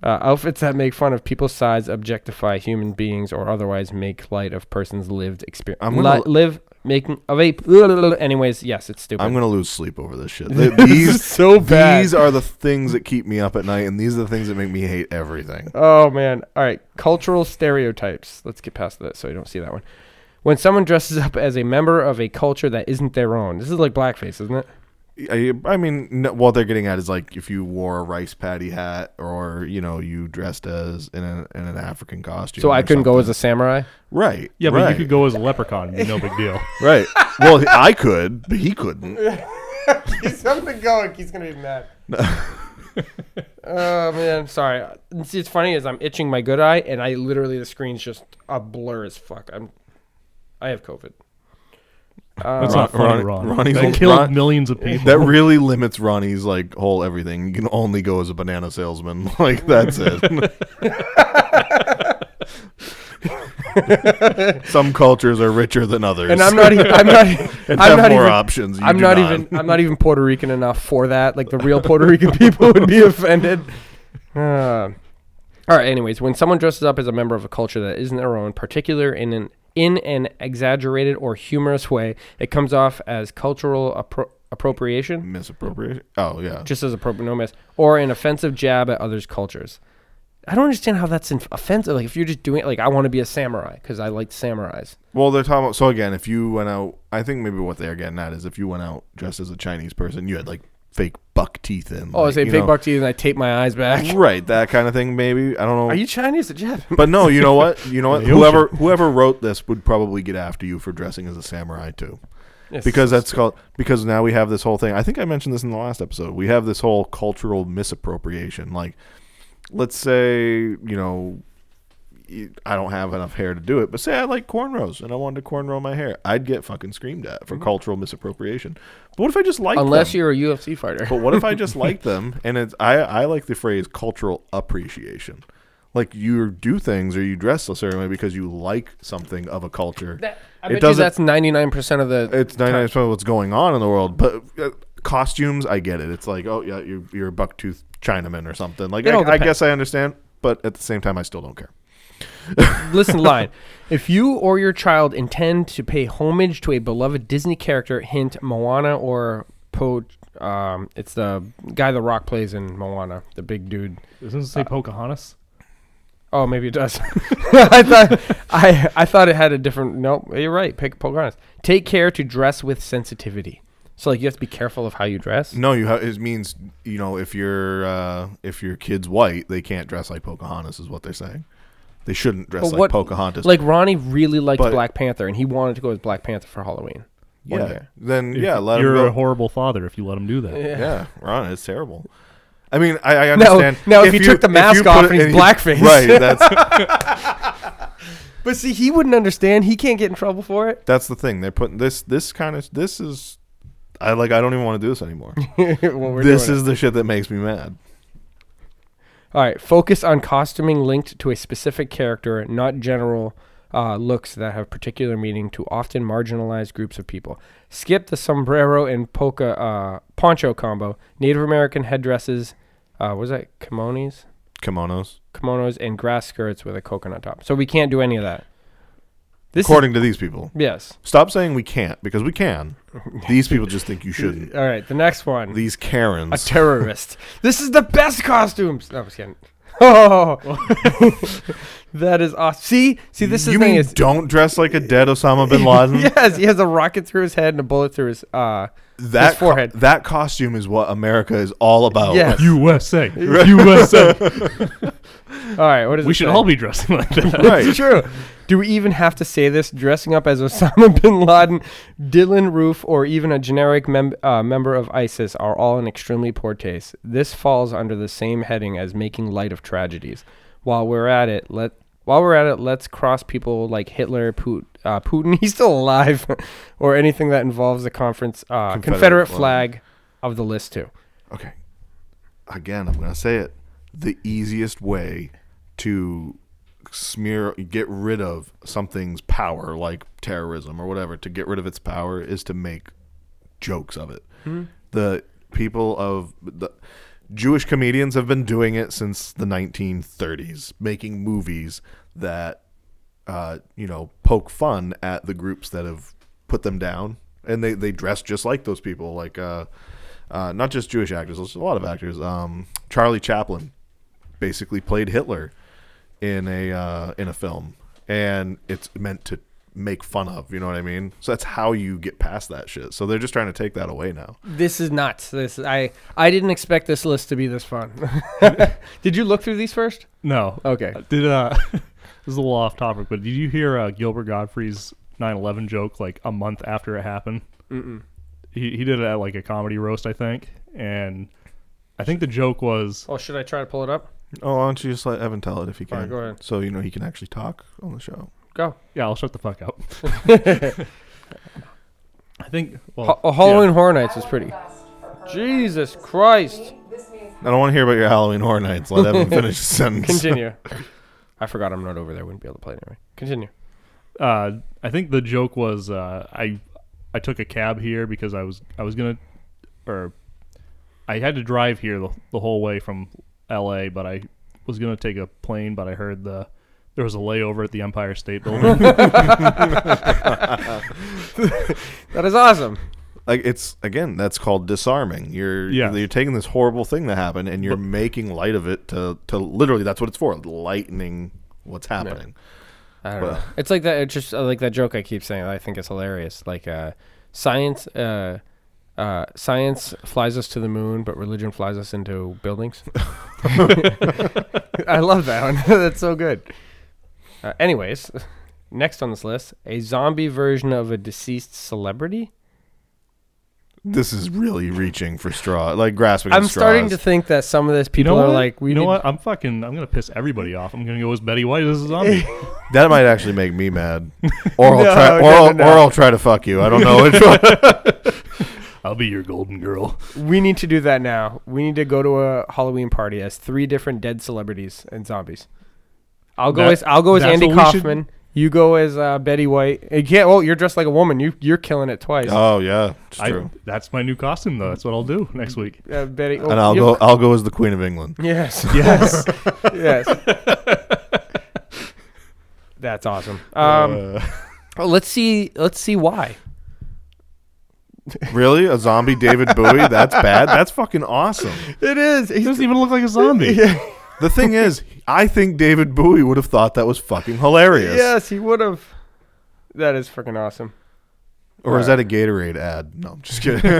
S1: uh, outfits that make fun of people's size, objectify human beings, or otherwise make light of person's lived experience.
S3: I'm gonna-
S1: live making of a. Anyways, yes, it's stupid.
S3: I'm gonna lose sleep over this shit. Th- These
S1: so
S3: these are the things that keep me up at night, and these are the things that make me hate everything.
S1: Oh man! All right, cultural stereotypes. Let's get past that so I don't see that one. When someone dresses up as a member of a culture that isn't their own, this is like blackface, isn't it?
S3: I, I mean, no, what they're getting at is like if you wore a rice patty hat, or you know, you dressed as in, a, in an African costume.
S1: So I
S3: or
S1: couldn't go as
S3: something.
S1: a samurai.
S3: right.
S2: Yeah, but
S3: right,
S2: you could go as a leprechaun. No big deal.
S3: right. Well, I could, but he couldn't.
S1: He's something going. He's gonna be mad. oh man, sorry. See, it's funny is I'm itching my good eye, and I literally the screen's just a blur as fuck. I'm, I have COVID.
S2: That's not funny,
S3: Ron-
S2: Ron.
S3: Ronnie's
S2: that
S3: old-
S2: killed
S3: Ron-
S2: millions of people.
S3: That really limits Ronnie's like whole everything. You can only go as a banana salesman. Like that's it. Some cultures are richer than others,
S1: And I'm not. e- I'm not. e-
S3: and
S1: I'm
S3: have
S1: not
S3: more
S1: even.
S3: options. You
S1: I'm
S3: do
S1: not even. I'm not even Puerto Rican enough for that. Like the real Puerto Rican people would be offended. Uh, all right. Anyways, when someone dresses up as a member of a culture that isn't their own, particular in an in an exaggerated or humorous way, it comes off as cultural appro- appropriation,
S3: misappropriation. Oh yeah,
S1: just as appropriate, no miss, or an offensive jab at others' cultures. I don't understand how that's inf- offensive. Like if you're just doing it, like I want to be a samurai because I like samurais.
S3: Well, they're talking about. So again, if you went out, I think maybe what they're getting at is if you went out dressed as a Chinese person, you had like fake buck teeth in.
S1: Oh, I
S3: like,
S1: say
S3: you
S1: big
S3: know-
S1: buck teeth and I tape my eyes back.
S3: Right, that kind of thing. Maybe I don't know.
S1: Are you Chinese or Japanese?
S3: but no, you know what? You know what?
S2: The ocean.
S3: Whoever whoever wrote this would probably get after you for dressing as a samurai too,
S1: Yes.
S3: because that's called. Because now we have this whole thing. I think I mentioned this in the last episode. We have this whole cultural misappropriation. Like, let's say you know. y- I don't have enough hair to do it, but say I like cornrows and I wanted to cornrow my hair, I'd get fucking screamed at
S2: Mm-hmm.
S3: for cultural misappropriation. But what if I just like
S1: unless
S3: them?
S1: you're a UFC fighter.
S3: But what if I just like them? And it's I, I like the phrase cultural appreciation. Like you do things or you dress a certain way because you like something of a culture.
S1: I
S3: It
S1: bet you
S3: doesn't-
S1: that's 99% of the.
S3: it's ninety nine percent of what's going on in the world. But uh, costumes, I get it. It's like oh yeah, you're, you're a bucktooth Chinaman or something. Like
S1: It all
S3: I, I
S1: depends.
S3: guess I understand, but at the same time, I still don't care.
S1: listen, line. If you or your child intend to pay homage to a beloved Disney character, hint Moana or Poe. Um, it's the guy The Rock plays in Moana, the big dude.
S2: Doesn't it
S3: Uh,
S2: say Pocahontas?
S1: Oh, maybe it does. I thought I I thought it had a different. No, you're right. Pick Pocahontas. Take care to dress with sensitivity. So like you have to be careful of how you dress.
S3: No, you ha- it means you know if you're uh, if your kid's white, they can't dress like Pocahontas is what they're saying. They shouldn't dress
S1: But
S3: like
S1: what-
S3: Pocahontas.
S1: Like Ronnie really liked
S3: But-
S1: Black Panther, and he wanted to go as Black Panther for Halloween. one
S3: yeah,
S1: year.
S3: then yeah, let 'em
S2: You're
S3: go.
S2: a horrible father if you let him do that.
S3: Yeah, Ron, it's terrible. I mean, I, I
S1: No,
S3: understand.
S1: no, if you took the
S3: if
S1: mask
S3: put
S1: off
S3: it
S1: and he's
S3: in-
S1: blackface.
S3: right? That's
S1: But see, he wouldn't understand. He can't get in trouble for it.
S3: that's the thing. They're putting this this kind of this is, I like. I don't even want to do this anymore.
S1: Well, we're
S3: this
S1: doing it.
S3: is the shit that makes me mad.
S1: all right. Focus on costuming linked to a specific character, not general uh, looks that have particular meaning to often marginalized groups of people. Skip the sombrero and polka uh, poncho combo. Native American headdresses. Uh, what was that kimonos,
S3: Kimonos.
S1: kimonos, and grass skirts with a coconut top. So we can't do any of that. This is,
S3: according to these people.
S1: yes.
S3: Stop saying we can't because we can. These people just think you shouldn't.
S1: All right, the next one.
S3: These
S1: a
S3: Karens.
S1: terrorist. this is the best costumes. No, I'm just kidding. Oh, that is awesome. See, see, this is
S3: you
S1: the thing
S3: mean
S1: is.
S3: don't dress like a dead Osama bin Laden?
S1: Yes, he has a rocket through his head and a bullet through his uh
S3: that
S1: his forehead.
S3: co- that costume is what America is all
S2: Oh,
S3: about.
S1: Yes.
S2: USA, USA.
S1: all right, what is
S2: we should all be dressing like that.
S3: right.
S1: It's true. Do we even have to say this? Dressing up as Osama bin Laden, Dylan Roof, or even a generic mem- uh, member of ISIS are all in extremely poor taste. This falls under the same heading as making light of tragedies. While we're at it, let while we're at it, let's cross people like Hitler, Put, uh, Putin. He's still alive, or anything that involves the conference uh, Confederate,
S3: Confederate
S1: flag.
S3: flag.
S1: of the list too.
S3: Okay. Again, I'm gonna say it. The easiest way to smear, get rid of something's power, like terrorism or whatever, to get rid of its power is to make jokes of it. The people of the Jewish comedians have been doing it since the 1930s, making movies that uh, you know, poke fun at the groups that have put them down, and they they dress just like those people, like uh, uh, not just Jewish actors, there's a lot of actors. Um, Charlie Chaplin basically played Hitler in a uh, in a film, and it's meant to make fun of. You know what I mean? So that's how you get past that shit. So they're just trying to take that away now.
S1: This is nuts. This I I didn't expect this list to be this fun. Did you look through these first?
S2: No.
S1: Okay.
S2: Did uh, this is a little off topic, but did you hear uh, Gilbert Godfrey's 9/11 joke like a month after it happened? Mm-mm. He he did it at like a comedy roast, I think, and I think the joke was
S1: Oh, should I try to pull it up?
S3: Oh, why don't you just let Evan tell it if he can?
S1: Alright, go ahead.
S3: So you know he can actually talk on the show.
S1: Go.
S2: yeah, I'll shut the fuck up. I think well,
S1: Ha- oh, Halloween Horror Nights is pretty. Jesus Christ.
S5: This means
S3: I don't want to hear about your Halloween Horror Nights. Let Evan finish his sentence.
S1: Continue. I forgot I'm not over there. Wouldn't be able to play it anyway. Continue.
S2: uh, I think the joke was uh, I I took a cab here because I was I was gonna or I had to drive here the, the whole way from L.A. But I was gonna take a plane, but I heard the there was a layover at the Empire State Building.
S1: That is awesome.
S3: like it's again that's called disarming you're
S2: Yeah.
S3: you're taking this horrible thing that happened and you're making light of it to to literally that's what it's for lightening what's happening
S1: I don't
S3: Well-
S1: know. It's like that. It's just uh, like that joke I keep saying. that I think it's hilarious. Like uh, science, uh, uh, science flies us to the moon, but religion flies us into buildings. I love that one. That's so good. Uh, anyways, next on this list, a zombie version of a deceased celebrity.
S3: this is really reaching for straw like grasping at
S1: I'm starting to
S3: straws.
S1: think that some of this
S2: You
S1: people
S2: know
S1: are
S2: what?
S1: like, we
S2: you know
S1: need-
S2: what? I'm fucking. I'm gonna piss everybody off. I'm gonna go as Betty White as a zombie.
S3: that might actually make me mad or I'll
S1: No,
S3: try or,
S1: no,
S3: I'll,
S1: no, no.
S3: or I'll try to fuck you I don't know which one
S2: I'll be your golden girl.
S1: We need to do that now. We need to go to a Halloween party as three different dead celebrities and zombies. I'll go
S2: That-
S1: as I'll go as
S2: that's
S1: Andy
S2: what we should-
S1: Kaufman. You go as uh, Betty White. You can't. Oh, you're dressed like a woman. You you're killing it twice.
S3: oh yeah it's
S2: I,
S3: true
S2: that's my new costume, though. That's what I'll do next week.
S1: Uh, Betty. oh,
S3: and I'll
S1: you-
S3: go I'll go as the Queen of England
S1: Yes. Yes. yes. That's awesome. Um,
S3: Uh,
S1: oh, let's see. Let's see why.
S3: really a zombie David Bowie that's bad that's fucking awesome
S1: It is.
S2: He doesn't even look like a zombie.
S3: the thing is I think David Bowie would have thought that was fucking hilarious
S1: Yes, he would have. That is freaking awesome.
S3: Or is that a Gatorade ad? No, I'm just kidding.
S1: Or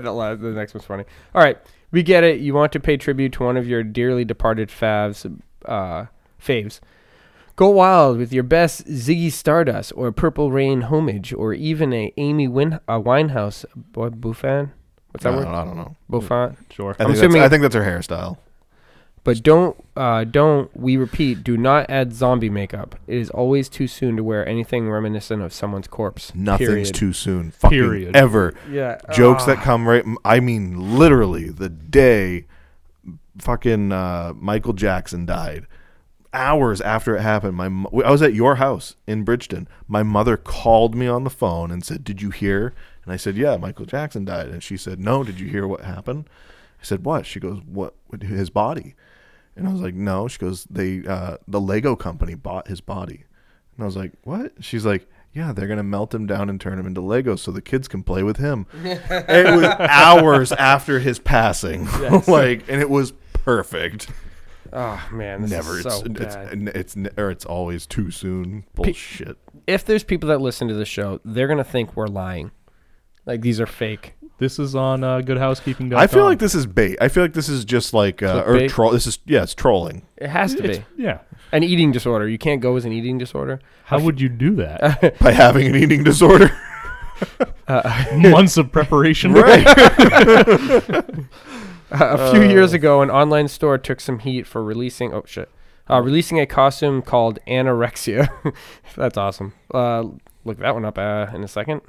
S1: the, la- the next one's funny. All right, we get it. You want to pay tribute to one of your dearly departed favs, uh, faves. Go wild with your best Ziggy Stardust or Purple Rain homage or even a Amy Win- uh, Winehouse boy Buffon. What's
S3: I,
S1: that
S3: don't,
S1: word?
S3: I don't know.
S1: Buffon.
S2: Sure.
S3: I
S1: I'm
S3: think, that's,
S1: assuming-
S3: I think that's her hairstyle.
S1: But don't, uh, don't. We repeat, do not add zombie makeup. It is always too soon to wear anything reminiscent of someone's corpse.
S3: Nothing's
S1: Period.
S3: too soon. Fucking
S2: Period.
S3: ever.
S1: Yeah.
S3: Jokes that
S1: Ah.
S3: come right. I mean, literally, the day fucking uh, Michael Jackson died, hours after it happened, my mo- I was at your house in Bridgeton. My mother called me on the phone and said, "Did you hear?" And I said, "Yeah, Michael Jackson died." And she said, "No, did you hear what happened?" I said, "What?" She goes, "What? what- His body?" And I was like, "No." She goes, "They uh, the Lego company bought his body." And I was like, what? She's like, yeah, they're going to melt him down and turn him into Legos so the kids can play with him. it was hours after his passing. like, and it was perfect.
S1: Oh man, this
S3: Never.
S1: is so
S3: it's, it's,
S1: bad.
S3: it's, it's, or it's always too soon. Bullshit.
S1: if there's people that listen to the show, they're gonna think we're lying. Like these are fake.
S2: This is on uh, Good Housekeeping.
S3: I feel like this is bait. I feel like this is just like, uh, or
S1: um, Clickbait.
S3: troll. This is, yeah, it's trolling.
S1: It has to be
S2: Yeah.
S1: an eating disorder. You can't go as an eating disorder.
S2: How would you do that?
S3: By having an eating disorder.
S2: Months of preparation.
S1: Uh, a few
S2: Oh.
S1: years ago, an online store took some heat for releasing. Oh shit! Uh, releasing a costume called anorexia. That's awesome. Uh, look that one up uh, in a second.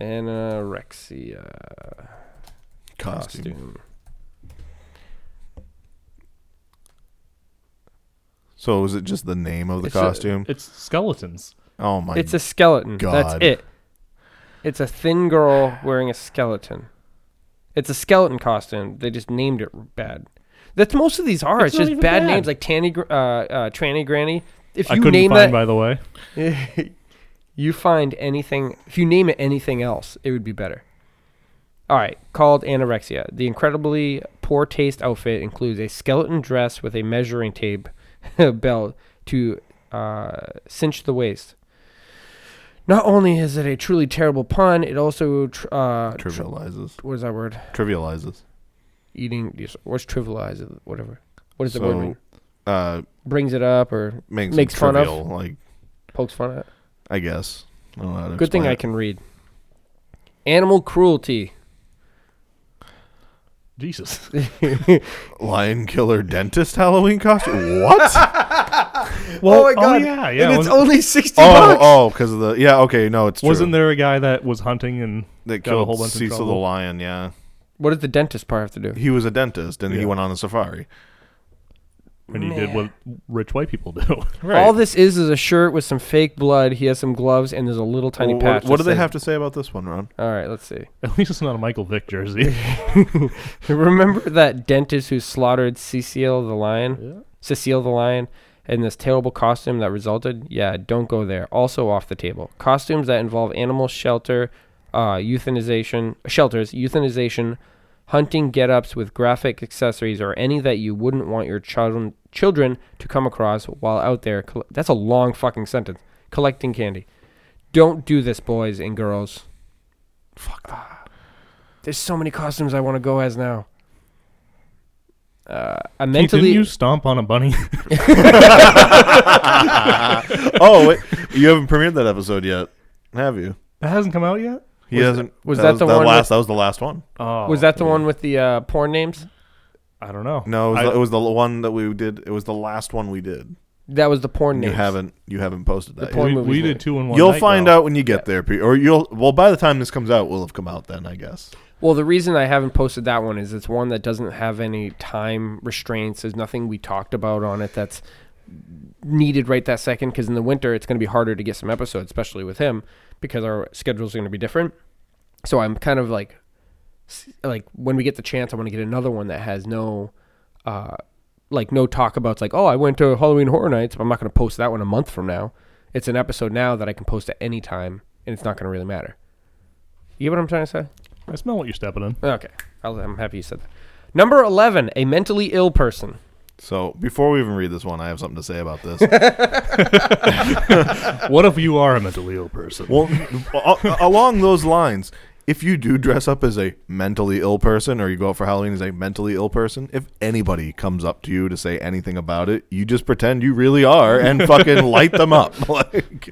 S1: Anorexia
S3: Costume.
S1: costume.
S3: So is it just the name of the
S1: It's a-
S3: costume?
S2: It's skeletons.
S3: oh my!
S1: It's a skeleton.
S3: God.
S1: That's it. It's a thin girl wearing a skeleton. It's a skeleton costume. They just named it bad. That's most of these are. It's,
S2: It's not
S1: just
S2: even
S1: bad,
S2: bad.
S1: names like Tanny, Gr- uh, uh, Tranny Granny. If
S2: I
S1: you
S2: couldn't
S1: name
S2: find,
S1: that,
S2: by the way.
S1: you find anything. If you name it anything else, it would be better. All right, called anorexia. The incredibly poor taste outfit includes a skeleton dress with a measuring tape belt to uh, cinch the waist. Not only is it a truly terrible pun, it also tr- uh, tr-
S3: trivializes.
S1: what is that word?
S3: Trivializes.
S1: Eating dis- what's trivialized? Whatever. What does the word
S3: So,
S1: mean?
S3: uh,
S1: Brings it up or Makes
S3: makes, makes
S1: fun of.
S3: trivial, Like
S1: pokes fun at? It?
S3: I guess. I don't know how to
S1: Good thing
S3: explain
S1: I
S3: it.
S1: can read. Animal cruelty.
S2: Jesus.
S1: Oh
S3: Lion killer dentist Halloween costume. What?
S2: Well,
S1: my God.
S2: yeah, yeah.
S1: and it's
S2: was,
S1: only sixty
S3: oh,
S1: bucks.
S3: oh, because of the yeah. Okay, no, it's true.
S2: wasn't there a guy that was hunting and
S3: that
S2: got a
S3: killed
S2: whole bunch of
S3: Cecil the
S2: trouble?
S3: lion? Yeah,
S1: What did the dentist part have to do?
S3: he was a dentist and he
S2: Yeah.
S3: went on a safari.
S2: and he did what rich white people do.
S3: Right.
S1: All this is is a shirt with some fake blood. He has some gloves, and there's a little tiny
S3: Well,
S1: patch.
S3: what, what do
S1: that
S3: they
S1: says-
S3: have to say about this one, Ron?
S1: All right, let's see.
S2: At least it's not a Michael Vick jersey.
S1: Remember that dentist who slaughtered Cecile the lion? Cecile the lion in this terrible costume that resulted? Yeah, don't go there. Also off the table. Costumes that involve animal shelter, uh, euthanization, shelters, euthanization, hunting get-ups with graphic accessories or any that you wouldn't want your children children to come across while out there. colle- That's a long fucking sentence. Collecting candy. Don't do this, boys and girls. There's so many costumes I want to go as now. Uh, I mentally
S2: Didn't you stomp on a bunny?
S3: oh, wait, you haven't premiered that episode yet, have you?
S2: that hasn't come out yet.
S3: He hasn't.
S1: was that the one
S3: last?
S1: with-
S3: that was the last one.
S2: Oh,
S1: was that the one with the uh, porn names.
S2: I don't know.
S3: No, it was,
S2: I-
S3: the, it was the one that we did. It was the last one we did.
S1: That was the porn
S3: And
S1: names.
S3: you haven't. You haven't posted that.
S1: porn
S3: Yet.
S2: we,
S1: movies
S2: we
S1: made.
S2: did two in one.
S3: You'll
S2: night,
S3: find
S2: though.
S3: out when you get there, Pete. Or you'll. Well, by the time this comes out, we'll have come out then, I guess.
S1: Well, the reason I haven't posted that one is it's one that doesn't have any time restraints. There's nothing we talked about on it that's needed right that second because in the winter it's going to be harder to get some episodes, especially with him, because our schedules are going to be different. So I'm kind of like, s- like when we get the chance, I want to get another one that has no, uh, like no talk about. It's like, oh, I went to Halloween Horror Nights. But I'm not going to post that one a month from now. It's an episode now that I can post at any time, and it's not going to really matter. You get what I'm trying to say?
S2: I smell what you're stepping in.
S1: Okay. I'll, I'm happy you said that. Number 11, a mentally ill person.
S3: So before we even read this one, I have something to say about this.
S2: What if you are a mentally ill person?
S3: well, a- along those lines, if you do dress up as a mentally ill person, or you go out for Halloween as a mentally ill person, if anybody comes up to you to say anything about it, you just pretend you really are and fucking light them up. like,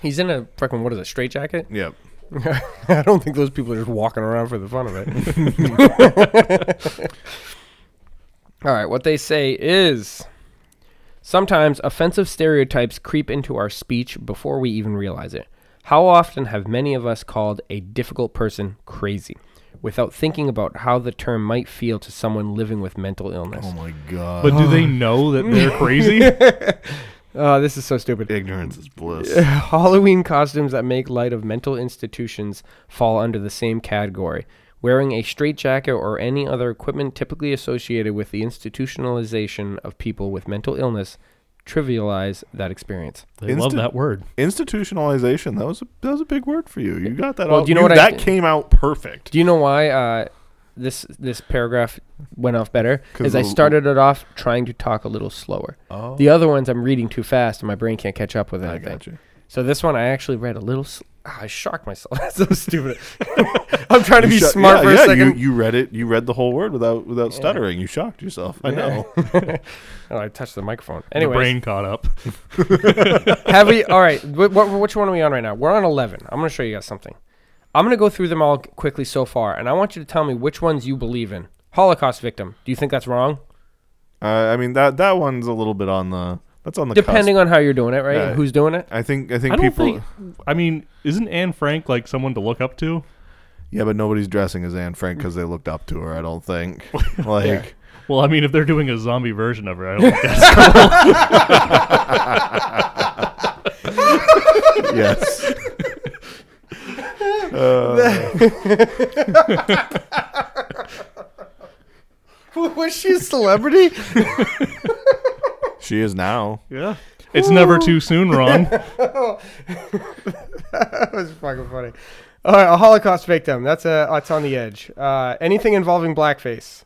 S1: He's in a fucking, what is it, straight jacket?
S3: yep.
S1: I don't think those people are just walking around for the fun of it. All right, what they say is sometimes offensive stereotypes creep into our speech before we even realize it. How often have many of us called a difficult person crazy without thinking about how the term might feel to someone living with mental illness?
S3: Oh my god.
S2: But do they know that they're crazy?
S1: Oh, this is so stupid.
S3: Ignorance is bliss.
S1: Halloween costumes that make light of mental institutions fall under the same category. Wearing a straitjacket or any other equipment typically associated with the institutionalization of people with mental illness trivialize that experience.
S2: They love
S3: Instant-
S2: that word.
S3: Institutionalization. That was a, that was a big word for you. You got that.
S1: Well,
S3: out.
S1: do you know what I
S3: that
S1: did?
S3: came out perfect.
S1: Do you know why uh, this this paragraph went off better?
S3: 'Cause
S1: Is I
S3: the-
S1: started it off trying to talk a little slower.
S3: Oh,
S1: The other ones I'm reading too fast, and my brain can't catch up with
S3: I
S1: anything.
S3: got you.
S1: So this one I actually read a little. Sl- Ah, I shocked myself. That's so stupid. I'm trying to be smart for a second.
S3: You, you read it. You read the whole word without without stuttering. You shocked yourself. I know.
S1: oh, I touched the microphone.
S2: Anyway,
S1: Anyway,
S2: brain caught up.
S1: have we? All right. Wh- wh- which one are we on right now? We're on 11. I'm going to show you guys something. I'm going to go through them all quickly so far, and I want you to tell me which ones you believe in. Holocaust victim. Do you think that's wrong?
S3: uh, I mean that that one's a little bit on the that's on the
S1: Depending on how you're doing it, right?
S3: Yeah.
S1: Who's doing it?
S3: Cusp. I think I think
S2: I don't
S3: people.
S2: think. I mean, isn't Anne Frank like someone to look up to?
S3: Yeah, but nobody's dressing as Anne Frank because they looked up to her. I don't think. Like
S2: Well, I mean, if they're doing a zombie version of her, I don't guess.
S3: yes. Uh.
S1: Was she a celebrity?
S3: She is now.
S2: yeah, it's never too soon, Ron.
S1: that was fucking funny. All right, a Holocaust victim. That's a that's on the edge. Uh, anything involving blackface.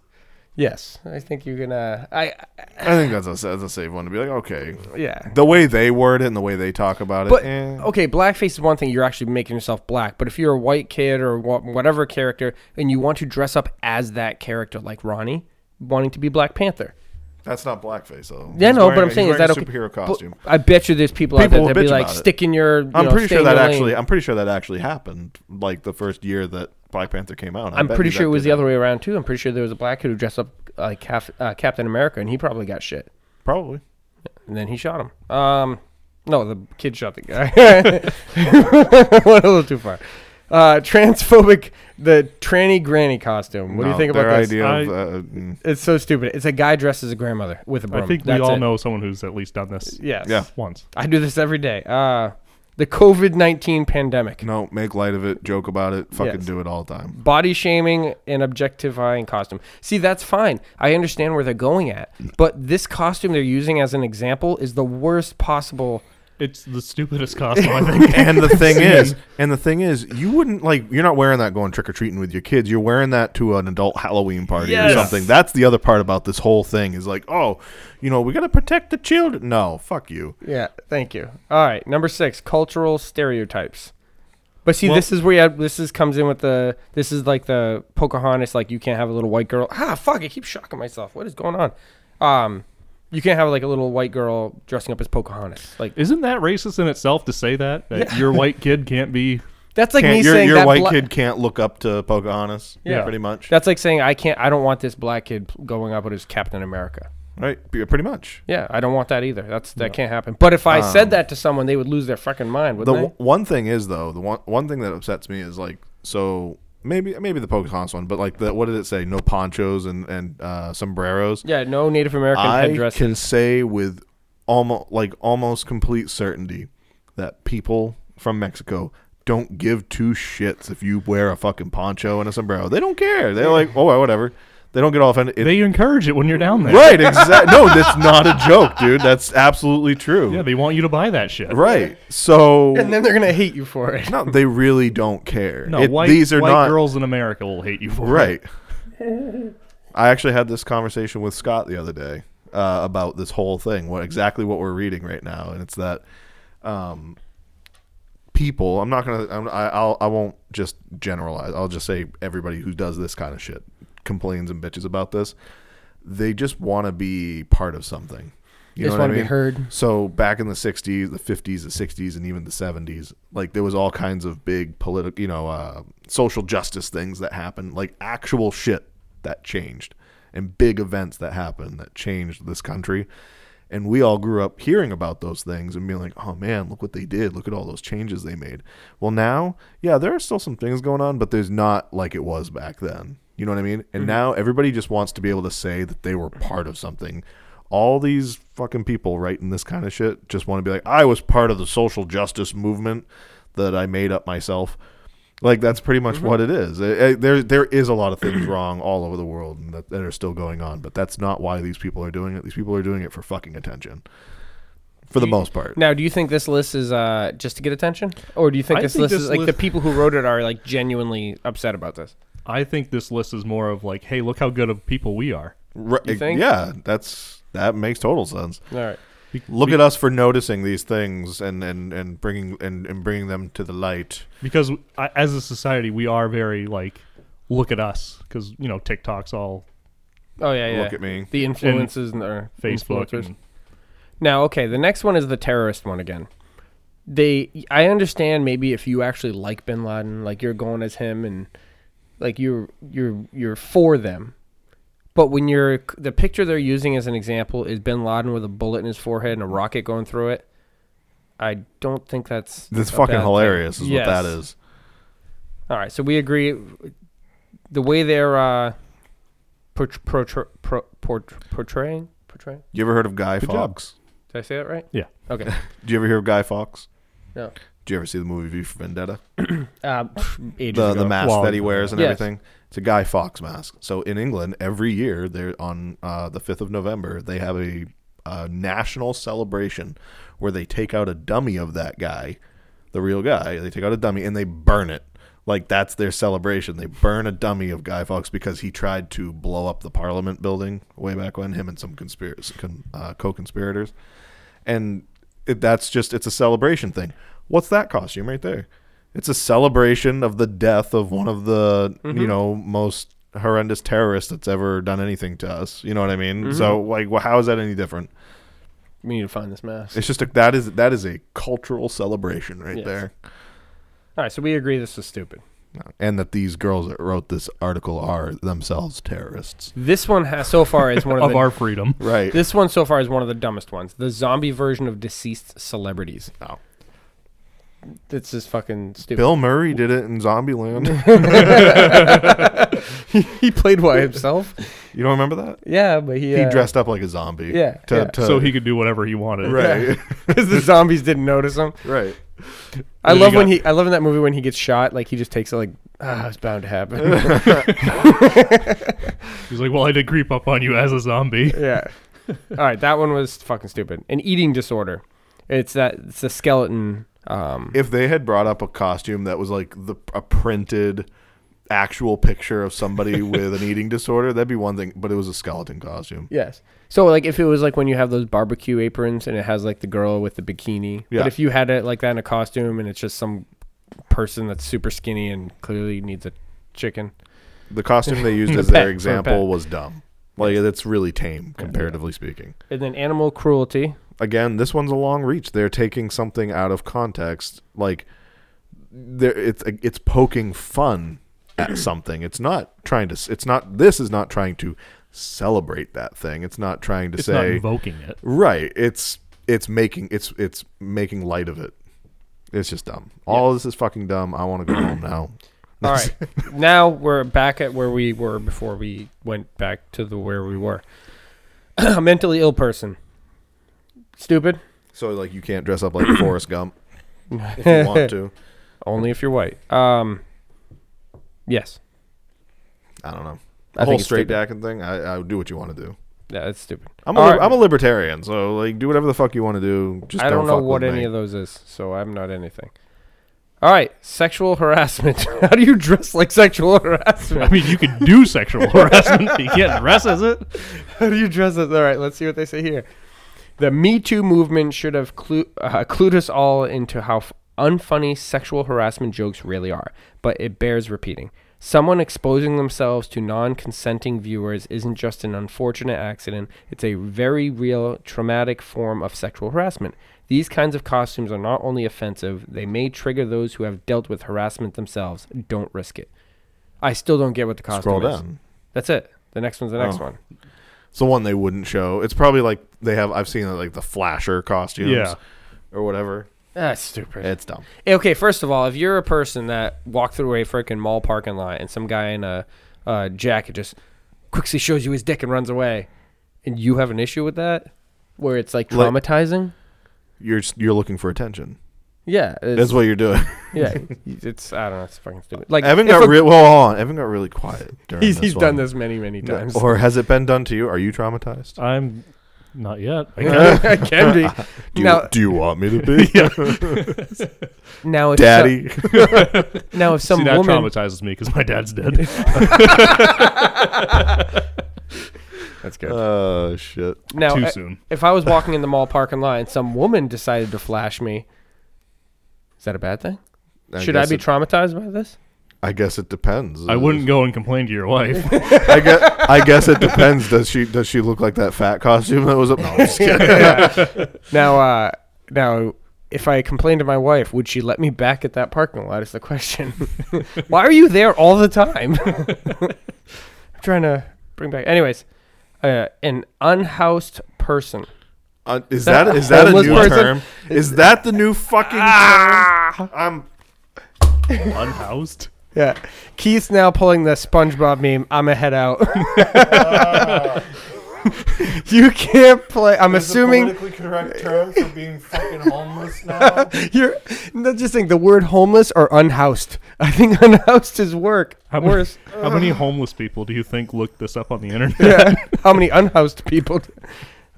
S1: Yes, I think you can. Uh, I
S3: I think that's a that's a safe one to be like. Okay,
S1: yeah.
S3: the way they word it and the way they talk about it.
S1: But
S3: eh.
S1: okay, blackface is one thing. You're actually making yourself black. But if you're a white kid or wha- whatever character, and you want to dress up as that character, like Ronnie wanting to be Black Panther.
S3: that's not blackface though.
S1: Yeah,
S3: He's
S1: no, but
S3: wearing a-
S1: I'm
S3: he's
S1: saying is
S3: wearing
S1: that
S3: a
S1: okay?
S3: superhero
S1: But
S3: costume.
S1: I bet you there's people,
S3: People
S1: out there
S3: will
S1: that be
S3: bitch
S1: like,
S3: about it.
S1: stick in your. you
S3: I'm
S1: know,
S3: pretty
S1: stay
S3: sure
S1: in
S3: that
S1: your
S3: actually.
S1: lane."
S3: I'm pretty sure that actually happened. Like the first year that Black Panther came out. I
S1: I'm
S3: bet
S1: pretty
S3: you
S1: sure
S3: that
S1: it was
S3: did
S1: the other way around too. I'm pretty sure there was a black kid who dressed up like Cap- uh, Captain America, and he probably got shit.
S3: Probably.
S1: And then he shot him. Um, no, the kid shot the guy. Went a little too far. Uh, transphobic, the tranny granny costume. What do you
S3: No,
S1: think about
S3: their
S1: this?
S3: idea of,
S2: I-
S3: uh, mm,
S1: It's so stupid. It's a guy dressed as a grandmother with a broom.
S2: I think we
S1: That's
S2: all
S1: it.
S2: know someone who's at least done this
S1: Yes.
S3: Yeah.
S2: once.
S1: I do this every day. Uh, the COVID nineteen pandemic.
S3: no, make light of it, joke about it, fucking
S1: Yes.
S3: do it all the time.
S1: body shaming and objectifying costume. See, that's fine. I understand where they're going at, but this costume they're using as an example is the worst possible.
S2: It's the stupidest costume I think.
S3: And the thing is, and the thing is, you wouldn't like. You're not wearing that going trick or treating with your kids. You're wearing that to an adult Halloween party
S2: Yes.
S3: or something. That's the other part about this whole thing is like, oh, you know, we gotta protect the children. No, fuck you.
S1: Yeah, thank you. All right, number six, cultural stereotypes. But see,
S2: Well-
S1: this is where you have, this is comes in with the this is like the Pocahontas, like you can't have a little white girl. Ah, fuck! I keep shocking myself. What is going on? Um, you can't have like a little white girl dressing up as Pocahontas. Like
S2: Isn't that racist in itself to say that? That your white kid can't be.
S1: that's like
S3: Can't,
S1: me
S3: your
S1: saying
S3: your
S1: that
S3: white
S1: bla-
S3: kid can't look up to Pocahontas.
S2: Yeah.
S3: pretty much.
S1: That's like saying I can't. I don't want this black kid going up with his Captain America.
S3: right, P- pretty much.
S1: Yeah, I don't want that either. That's that can't happen. But if I said that to someone, they would lose their fucking mind,
S3: The
S1: wouldn't
S3: w- one thing is though, the one one thing that upsets me is like so maybe maybe the Pocahontas one, but like the, what did it say? No ponchos and and uh, sombreros.
S1: they? Yeah, no Native American
S3: I
S1: headdress.
S3: can say with almost like almost complete certainty that people from Mexico don't give two shits if you wear a fucking poncho and a sombrero. They don't care. They're like, oh, well, whatever. They don't get all offended. It-
S2: They encourage it when you're down there.
S3: right? Exactly. no, that's not a joke, dude. That's absolutely true.
S2: Yeah, they want you to buy that shit.
S3: right. So
S1: and then they're gonna hate you for it.
S3: no, they really don't care.
S2: No,
S3: It-
S2: white,
S3: these are
S2: white
S3: not
S2: girls in America will hate you for it.
S3: Right. I actually had this conversation with Scott the other day uh, about this whole thing, what exactly what we're reading right now, and it's that um, people. I'm not gonna. I'm, I, I'll. I won't just generalize. I'll just say everybody who does this kind of shit complains and bitches about this. They just want to be part of something. You
S1: Just
S3: know what I
S1: wanna be
S3: mean?
S1: heard.
S3: So back in the '60s, the '50s, the '60s, and even the '70s, like there was all kinds of big political, you know, uh, social justice things that happened, like actual shit that changed, and big events that happened that changed this country. And we all grew up hearing about those things and being like, "Oh man, look what they did! Look at all those changes they made." Well, now, yeah, there are still some things going on, but there's not like it was back then. You know what I mean? And now everybody just wants to be able to say that they were part of something all these fucking people writing this kind of shit just want to be like, I was part of the social justice movement that I made up myself. Like that's pretty much
S1: Mm-hmm.
S3: what it is. I- I- there, there is a lot of things wrong all over the world and that, that are still going on, but that's not why these people are doing it. These people are doing it for fucking attention. for the
S1: You-
S3: most part.
S1: Now, do you think this list is uh, just to get attention, or do you think
S2: I
S1: this
S2: think
S1: list
S2: this
S1: is like
S2: list-
S1: the people who wrote it are like genuinely upset about this?
S2: I think this list is more of like, hey, look how good of people we are.
S3: Ri-
S1: You think?
S3: Yeah, that's that makes total sense.
S1: All right.
S3: Look at us for noticing these things and and and bringing and, and bringing them to the light.
S2: because I, as a society we are very like look at us because you know tiktok's all
S1: Oh yeah, yeah.
S3: Look at me.
S1: The influences and or
S2: facebook
S1: influencers.
S2: and
S1: Now, okay, the next one is the terrorist one again. They, I understand maybe if you actually like Bin Laden, like you're going as him, and like you're you're you're for them. But when you're the picture they're using as an example is Bin Laden with a bullet in his forehead and a rocket going through it. I don't think that's
S3: That's
S1: a
S3: fucking
S1: bad thing.
S3: hilarious, is
S1: Yes.
S3: what that is.
S1: All right, so we agree. The way they're uh, por- pro- pro- port- portraying, portraying.
S3: You ever heard of Guy
S2: job.
S3: Fawkes?
S1: Did I say that right?
S2: yeah
S1: Okay.
S3: Do you ever hear of Guy Fawkes?
S1: No.
S3: Do you ever see the movie V for Vendetta?
S1: Uh, ages
S3: the
S1: ago.
S3: the mask
S2: Long
S3: that he
S2: ago.
S3: wears and
S1: Yes.
S3: everything. It's a Guy Fawkes mask. So in England, every year they're on uh, the fifth of November, they have a, a national celebration where they take out a dummy of that guy, the real guy. They take out a dummy and they burn it. Like that's their celebration. They burn a dummy of Guy Fawkes because he tried to blow up the Parliament building way back when him and some conspiracy con, uh, co-conspirators, and it, that's just it's a celebration thing. What's that costume right there? It's a celebration of the death of one of the you know most horrendous terrorists that's ever done anything to us. You know what I mean? So like, well, how is that any different?
S1: We need to find this mask.
S3: It's just a, that is that is a cultural celebration right
S1: Yes.
S3: there,
S1: All right, so we agree this is stupid.
S3: and that these girls that wrote this article are themselves terrorists.
S1: This one has so far is one of,
S2: of
S1: the,
S2: our freedom
S3: Right.
S1: This one so far is one of the dumbest ones. The zombie version of deceased celebrities.
S3: Oh.
S1: That's just fucking stupid.
S3: Bill Murray did it in Zombieland.
S1: he played by himself.
S3: you don't remember that?
S1: yeah, but he uh,
S3: He dressed up like a zombie.
S1: Yeah,
S3: To,
S1: yeah.
S3: To,
S2: so he could do whatever he wanted
S3: Uh, Right.
S1: because the zombies didn't notice him.
S3: right.
S1: I
S2: Then
S1: love
S2: you
S1: when
S2: got-
S1: he. I love in that movie when he gets shot. Like he just takes it. Like ah, it's bound to happen.
S2: he's like well i did creep up on you as a zombie
S1: yeah. All right, that one was fucking stupid. An eating disorder. It's that. It's the skeleton. Um.
S3: if they had brought up a costume that was like the a printed actual picture of somebody with an eating disorder, that'd be one thing. But it was a skeleton costume.
S1: Yes. So like if it was like when you have those barbecue aprons and it has like the girl with the bikini.
S3: Yeah.
S1: But if you had it like that in a costume and it's just some person that's super skinny and clearly needs a chicken.
S3: The costume they used
S1: pet,
S3: as
S1: for
S3: their
S1: a
S3: example
S1: pet.
S3: was dumb. Like it's really tame, comparatively speaking.
S1: And then animal cruelty.
S3: Again, this one's a long reach. They're taking something out of context. Like there, it's it's poking fun at something. It's not trying to. s- It's not. This is not trying to celebrate that thing. It's not trying to
S2: it's not
S3: say
S2: invoking it
S3: Right. It's it's making it's it's making light of it. It's just dumb. All this is fucking dumb. I want to go home now.
S1: All right. now we're back at where we were before we went back to the where we were. a mentally ill person. Stupid.
S3: So like you can't dress up like Forrest Gump if you want to.
S1: Only if you're white. Um Yes.
S3: I don't know. The
S1: I
S3: whole
S1: think it's
S3: straight
S1: stupid.
S3: dacking thing. I, I would do what you want to do.
S1: Yeah, that's stupid.
S3: I'm a,
S1: All
S3: li-
S1: right.
S3: I'm a libertarian, so like do whatever the fuck you want to do. Just
S1: I don't know
S3: fuck
S1: what
S3: with
S1: any
S3: me.
S1: of those is, so I'm not anything. All right, sexual harassment. How do you dress like sexual
S2: i
S1: harassment?
S2: mean you can do sexual harassment but you can't dress as it
S1: How do you dress as? All right, let's see what they say here. The Me Too movement should have clue, uh, clued us all into how f- unfunny sexual harassment jokes really are, but it bears repeating. Someone exposing themselves to non consenting viewers isn't just an unfortunate accident, it's a very real traumatic form of sexual harassment. These kinds of costumes are not only offensive, they may trigger those who have dealt with harassment themselves. Don't risk it. I still don't get what the costume
S3: Scroll
S1: is.
S3: down.
S1: That's it. The next one's the next
S3: Oh.
S1: one.
S3: It's the one they wouldn't show. It's probably like they have. I've seen like the flasher costumes,
S2: Yeah.
S3: or whatever.
S1: That's stupid.
S3: It's dumb.
S1: Okay, first of all, if you're a person that walked through a freaking mall parking lot and some guy in a uh, jacket just quickly shows you his dick and runs away, and you have an issue with that, where it's like
S3: Like-
S1: traumatizing.
S3: You're s- you're looking for attention.
S1: yeah, it's,
S3: That's what you're doing.
S1: yeah, it's I don't know, it's fucking stupid. Like
S3: Evan
S1: if
S3: got
S1: a-
S3: real. Well, hold on. Evan got really quiet. During
S1: He's,
S3: this
S1: he's
S3: one.
S1: done this many many times. Uh,
S3: Or has it been done to you? Are you traumatized?
S2: i'm Not yet. I guess.
S1: I can be.
S3: Do,
S1: Now-
S3: you, do you want me to be?
S1: Now, if so-
S3: Daddy.
S1: now, if some
S2: See, that
S1: woman,
S2: traumatizes me because my dad's dead.
S1: that's good.
S3: Oh, shit.
S1: now,
S2: Too
S1: I-
S2: soon.
S1: if I was walking in the mall parking lot and some woman decided to flash me, is that a bad thing? Should I
S3: guess
S1: be
S3: it-
S1: traumatized by this?
S3: I guess it depends.
S2: I wouldn't go and complain to your wife.
S3: I guess, I guess it depends. Does she does she look like that fat costume that was up? No, I'm just kidding.
S1: Now, uh, now, if I complained to my wife, would she let me back at that parking lot? Is the question. Why are you there all the time? I'm trying to bring back. Anyways, uh, an unhoused person.
S3: Uh, is that is that a
S1: Homeless
S3: new
S1: person?
S3: term? Is that the new fucking
S1: Ah!
S3: term? I'm
S2: Unhoused.
S1: Yeah, Keith's now pulling the SpongeBob meme. I'm a head out. you can't play. I'm assuming
S3: correct term for being fucking homeless now.
S1: you're. No, just think the word homeless or unhoused. I think unhoused is work.
S2: How many,
S1: worse.
S2: how many homeless people do you think looked this up on the internet?
S1: yeah. How many unhoused people? do-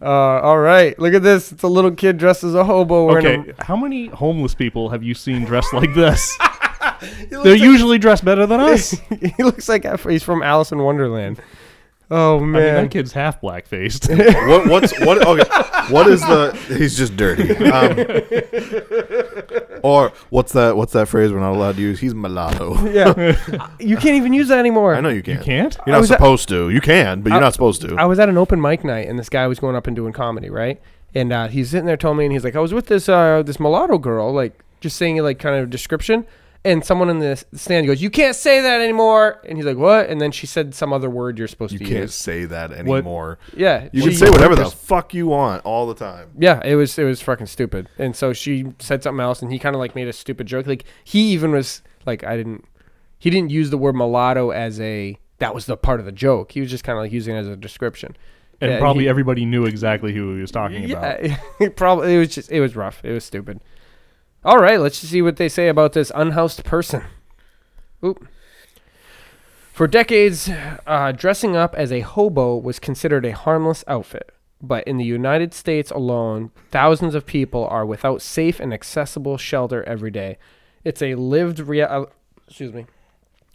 S1: Uh, all right. Look at this. It's a little kid dressed as a hobo. wearing
S2: Okay, how many homeless people have you seen dressed like this? They're usually dressed better than us.
S1: A, he looks like he's from Alice in Wonderland. Oh
S2: I mean,
S1: man.
S2: that kid's half black faced.
S3: What what's what? Okay, what is the? He's just dirty. Um, or what's that? What's that phrase we're not allowed to use? He's mulatto.
S1: yeah. you can't even use that anymore.
S3: I know you can't.
S2: Can't?
S3: You're
S1: I
S3: not
S1: was at-
S3: supposed to. You can, but you're
S1: I-
S3: not supposed to.
S1: I was at an open mic night, and this guy was going up and doing comedy, right? And uh, he's sitting there telling me, and he's like, "I was with this uh, this mulatto girl, like just saying like kind of description." And someone in the s- stand goes, "You can't say that anymore." And he's like, "What?" And then she said some other word you're supposed
S3: you
S1: to
S3: can't
S1: use.
S3: say that anymore.
S1: Yeah,
S3: You can
S1: she-
S3: say whatever the fuck you want all the time.
S1: Yeah, it was it was fucking stupid. And so she said something else, and he kind of like made a stupid joke. Like he even was like, I didn't. He didn't use the word mulatto as a that was the part of the joke. He was just kind of like using it as a description.
S2: and
S1: Yeah,
S2: probably
S1: he-
S2: everybody knew exactly who he was talking about.
S1: yeah, it probably it was just it was rough. It was stupid. All right, let's just see what they say about this unhoused person. Oop. For decades, uh, dressing up as a hobo was considered a harmless outfit, but in the United States alone, thousands of people are without safe and accessible shelter every day. It's a lived real, excuse me,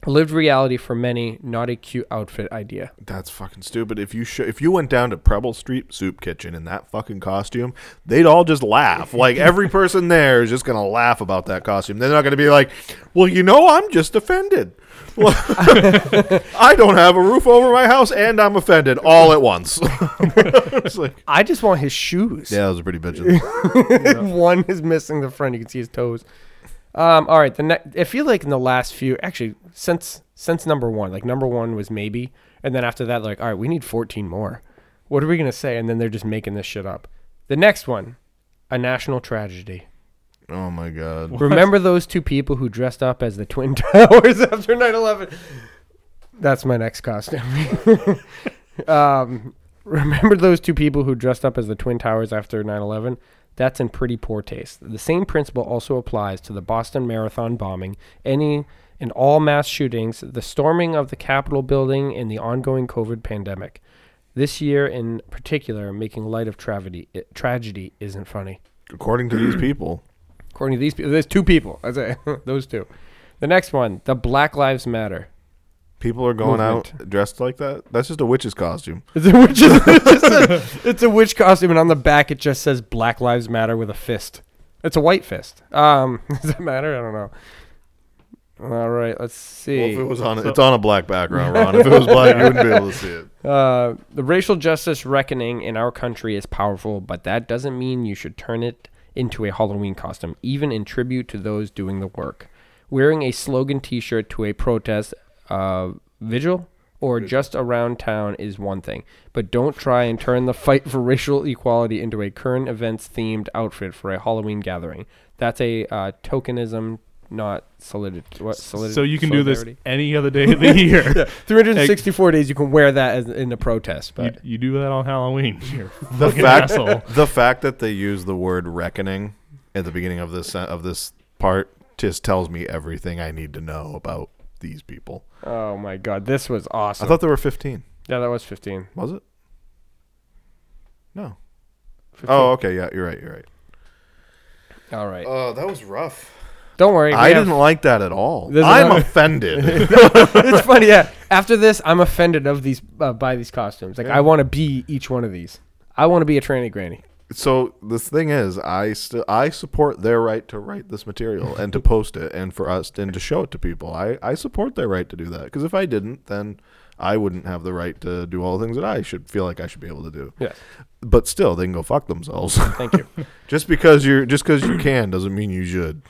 S1: lived reality for many, not a cute outfit idea.
S3: That's fucking stupid. If you sh- if you went down to Preble Street Soup Kitchen in that fucking costume, they'd all just laugh. Like every person there is just gonna laugh about that costume. They're not gonna be like, "Well, you know, I'm just offended. Well, I don't have a roof over my house, and I'm offended all at once." it's like,
S1: I just want his shoes.
S3: yeah, that was a pretty bitch.
S1: One is missing the front. You can see his toes. Um, all right. The ne- I feel like in the last few, actually, since since number one, like number one was maybe, and then after that, like, all right, we need fourteen more. What are we gonna say? And then they're just making this shit up. The next one, a national tragedy.
S3: Oh my god.
S1: Remember those two people who dressed up as the twin towers after 9-11? That's my next costume. um, remember those two people who dressed up as the twin towers after 9-11? That's in pretty poor taste. The same principle also applies to the Boston Marathon bombing, any and all mass shootings, the storming of the Capitol building, and the ongoing COVID pandemic. This year, in particular, making light of tragedy tragedy isn't funny.
S3: According to these people,
S1: According to these people, there's two people. I say those two. The next one, the Black Lives Matter.
S3: people are going
S1: Movement.
S3: out dressed like that. That's just a witch's costume.
S1: It's a witch. it's, just a, it's a witch costume, and on the back it just says Black Lives Matter with a fist. It's a white fist. Um, does that matter? I don't know. All right, let's
S3: Well,
S1: see.
S3: if it was on, it's on a black background, Ron. If it was black, you wouldn't be able to see it.
S1: Uh, the racial justice reckoning in our country is powerful, but that doesn't mean you should turn it into a Halloween costume, even in tribute to those doing the work. Wearing a slogan t shirt to a protest uh, vigil or just around town is one thing, but don't try and turn the fight for racial equality into a current events themed outfit for a Halloween gathering. That's a uh, tokenism, not solid. What, solid
S2: So you can do this
S1: solidarity?
S2: any other day of the year.
S1: 364 days you can wear that as, in a protest, but.
S2: You, you do that on Halloween. You're a
S3: the
S2: fucking
S3: fact
S2: asshole.
S3: the fact that they use the word reckoning at the beginning of this sen- of this part just tells me everything I need to know about these people.
S1: Oh my god, this was
S3: I
S1: awesome.
S3: thought there were 15.
S1: yeah, that was 15.
S3: Was it? No. Oh, okay. Yeah, you're right. You're right.
S1: All right.
S3: Oh, that was rough.
S1: Don't worry.
S3: I
S1: we have-
S3: didn't like that at all.
S1: There's
S3: I'm
S1: another-
S3: offended.
S1: it's funny. Yeah. After this, I'm offended of these uh, by these costumes. Like I want to be each one of these. I want to be a tranny granny.
S3: so the thing is, I still I support their right to write this material and to post it and for us and to show it to people. I I support their right to do that because if I didn't, then I wouldn't have the right to do all the things that I should feel like I should be able to do.
S1: Yeah.
S3: But still, they can go fuck themselves.
S1: Thank you.
S3: just because you're just because you can doesn't mean you should.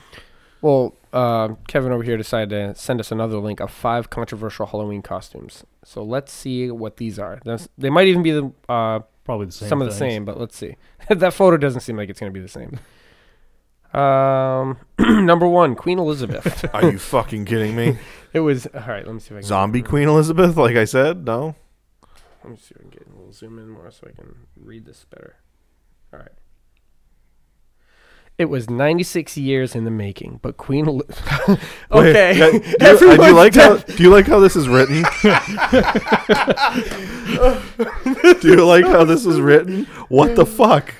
S1: Well, uh, Kevin over here decided to send us another link of five controversial Halloween costumes. So let's see what these are. That's, they might even be the uh,
S2: Probably the same.
S1: some of the
S2: things.
S1: same, but let's see. that photo doesn't seem like it's going to be the same. Um, number one, Queen Elizabeth.
S3: Are you fucking kidding me?
S1: it was all right. Let me see if I can
S3: Zombie Queen Elizabeth, like I said, no.
S1: Let me see if I can get we'll zoom in more so I can read this better. All right. It was 96 years in the making, but Queen. Eli-
S3: Wait,
S1: okay.
S3: yeah, do you- uh, do, you,
S1: Everyone's
S3: like
S1: done-
S3: how do you like how this is written? do you like how this is written? What the fuck?